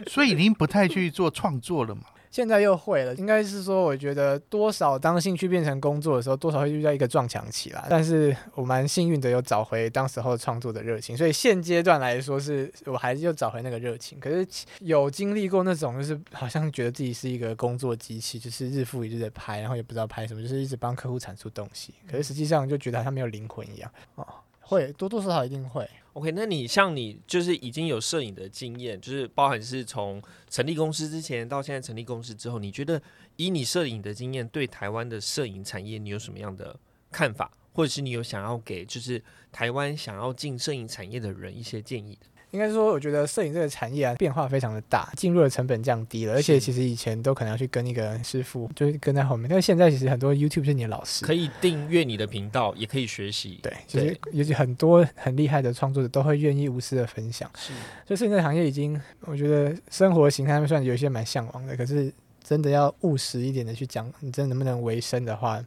所以已经不太去做创作了嘛？现在又会了，应该是说，我觉得多少当兴趣变成工作的时候，多少会遇到一个撞墙期啦。但是我蛮幸运的，有找回当时候创作的热情，所以现阶段来说是，我还是又找回那个热情。可是有经历过那种，就是好像觉得自己是一个工作机器，就是日复一日的拍，然后也不知道拍什么，就是一直帮客户产出东西，可是实际上就觉得好像没有灵魂一样。哦，会多多少少一定会。 OK，那你像你就是已经有摄影的经验，就是包含是从成立公司之前到现在成立公司之后，你觉得以你摄影的经验，对台湾的摄影产业你有什么样的看法，或者是你有想要给就是台湾想要进摄影产业的人一些建议的？应该说，我觉得摄影这个产业啊，变化非常的大，进入的成本降低了，而且是其实以前都可能要去跟一个师傅，就是跟在后面，但是现在其实很多 YouTube 是你的老师，可以订阅你的频道，也可以学习。对，其实尤其很多很厉害的创作者都会愿意无私的分享，是所以摄影这个行业已经，我觉得生活形态上算有一些蛮向往的，可是真的要务实一点的去讲，你真的能不能维生的话，我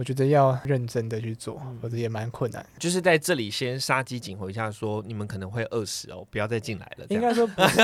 我觉得要认真的去做，嗯否则也蛮困难。就是在这里先杀鸡儆猴一下说，你们可能会饿死哦，不要再进来了。这应样该说不是，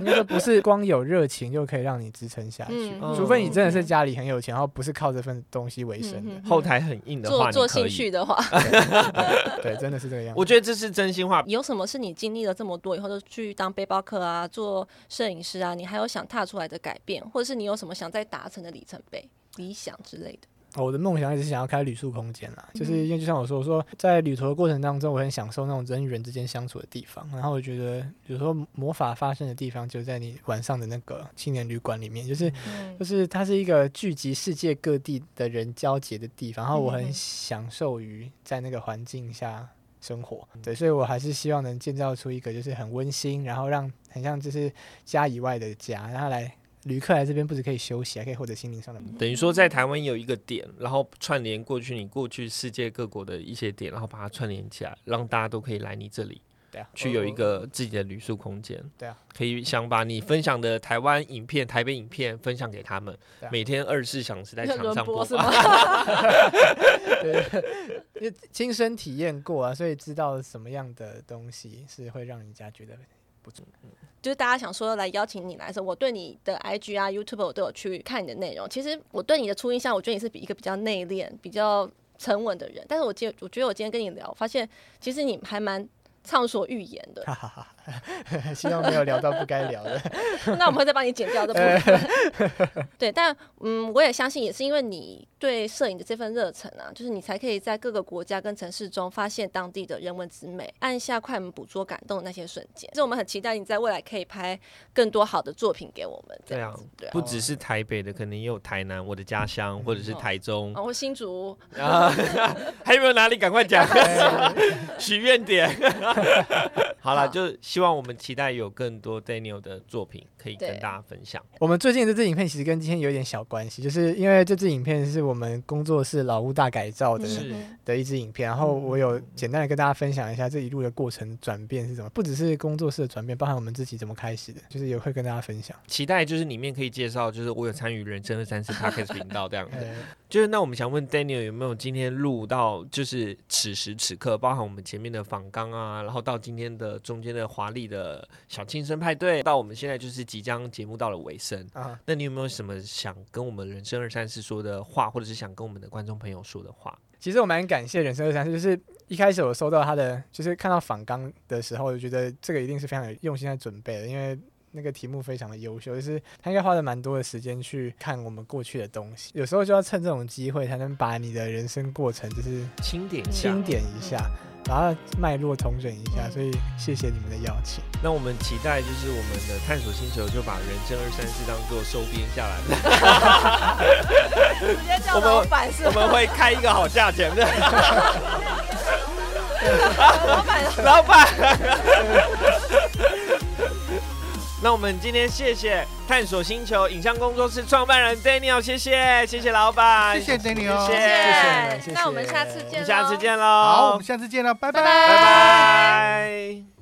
应该说不是光有热情就可以让你支撑下去，嗯除非你真的是家里很有钱，然后不是靠这份东西为生嗯的。嗯后台很硬的话，做做你兴可以趣的话， 嗯 对，真的是这个样子。我觉得这是真心话。有什么是你经历了这么多以后，就去当背包客啊，做摄影师啊，你还有想踏出来的改变，或者是你有什么想再达成的里程碑、理想之类的？我的梦想一直是想要开旅宿空间啦，嗯就是因为就像我说，我说在旅途的过程当中，我很享受那种人与人之间相处的地方。然后我觉得，比如说魔法发生的地方，就在你晚上的那个青年旅馆里面，就是嗯就是它是一个聚集世界各地的人交结的地方。然后嗯我嗯很嗯享受于在那个环境下生活，对，所以我还是希望能建造出一个就是很温馨，然后让很像就是家以外的家，然后来旅客来这边不只可以休息，还可以获得心灵上的满足。等于说，在台湾有一个点，然后串联过去你过去世界各国的一些点，然后把它串联起来，让大家都可以来你这里对啊，去我有一我个自己的旅宿空间。对啊，可以想把你分享的台湾影片、台北影片分享给他们，对啊每天二十四小时在要墙轮上播播是放。吗？因为亲身体验过啊，所以知道什么样的东西是会让人家觉得不错。就是大家想说来邀请你来的时候，我对你的 IG 啊、YouTube 我都有去看你的内容。其实我对你的初印象，我觉得你是比一个比较内敛、比较沉稳的人。但是我今我觉得我今天跟你聊，发现其实你还蛮畅所欲言 的。哈哈哈， 希望没有聊到不该聊的。那我们会再帮你剪掉这部分。 对，但嗯，我也相信，也是因为你对摄影的这份热忱啊，就是你才可以在各个国家跟城市中发现当地的人文之美，按下快门捕捉感动的那些瞬间。所以我们很期待你在未来可以拍更多好的作品给我们。这对样啊子，对啊。不哦只是台北的，可能也有台南，我的家乡，或者是台中然，后哦新竹，啊， 还有没有哪里？赶快讲， 许愿点。好了，好就希望我们期待有更多 Daniel 的作品可以跟对大家分享。我们最近的这支影片其实跟今天有点小关系，就是因为这支影片是我们工作室老屋大改造嗯的是的一支影片，然后我有简单的跟大家分享一下这一路的过程转变是怎么，不只是工作室的转变，包含我们自己怎么开始的，就是也会跟大家分享。期待就是里面可以介绍，就是我有参与人生二三四 Podcast 频道这样 子。呃就是那我们想问 Daniel 有没有今天录到，就是此时此刻，包含我们前面的访纲啊，然后到今天的中间的华丽的小庆生派对，到我们现在就是即将节目到了尾声。啊，那你有没有什么想跟我们人生二三四说的话，或者是想跟我们的观众朋友说的话？其实我蛮感谢人生二三四，就是一开始我收到他的，就是看到访纲的时候，我就觉得这个一定是非常有用心在准备的，因为。那个题目非常的优秀，就是他应该花了蛮多的时间去看我们过去的东西，有时候就要趁这种机会，才能把你的人生过程就是清点一下。清点一下，把它脉络统整一下。所以谢谢你们的邀请，那我们期待就是我们的探索星球就把人生二三四当做收编下来，直接我叫们老板是我吗？们会开一个好价钱的。老板 老板。那我们今天谢谢探索星球影像工作室创办人 Daniel，谢谢，谢谢老板，谢谢哎谢 Daniel，哦谢谢谢那我们下次我见们喽，下次见喽，好，我们下次见了，拜拜拜拜。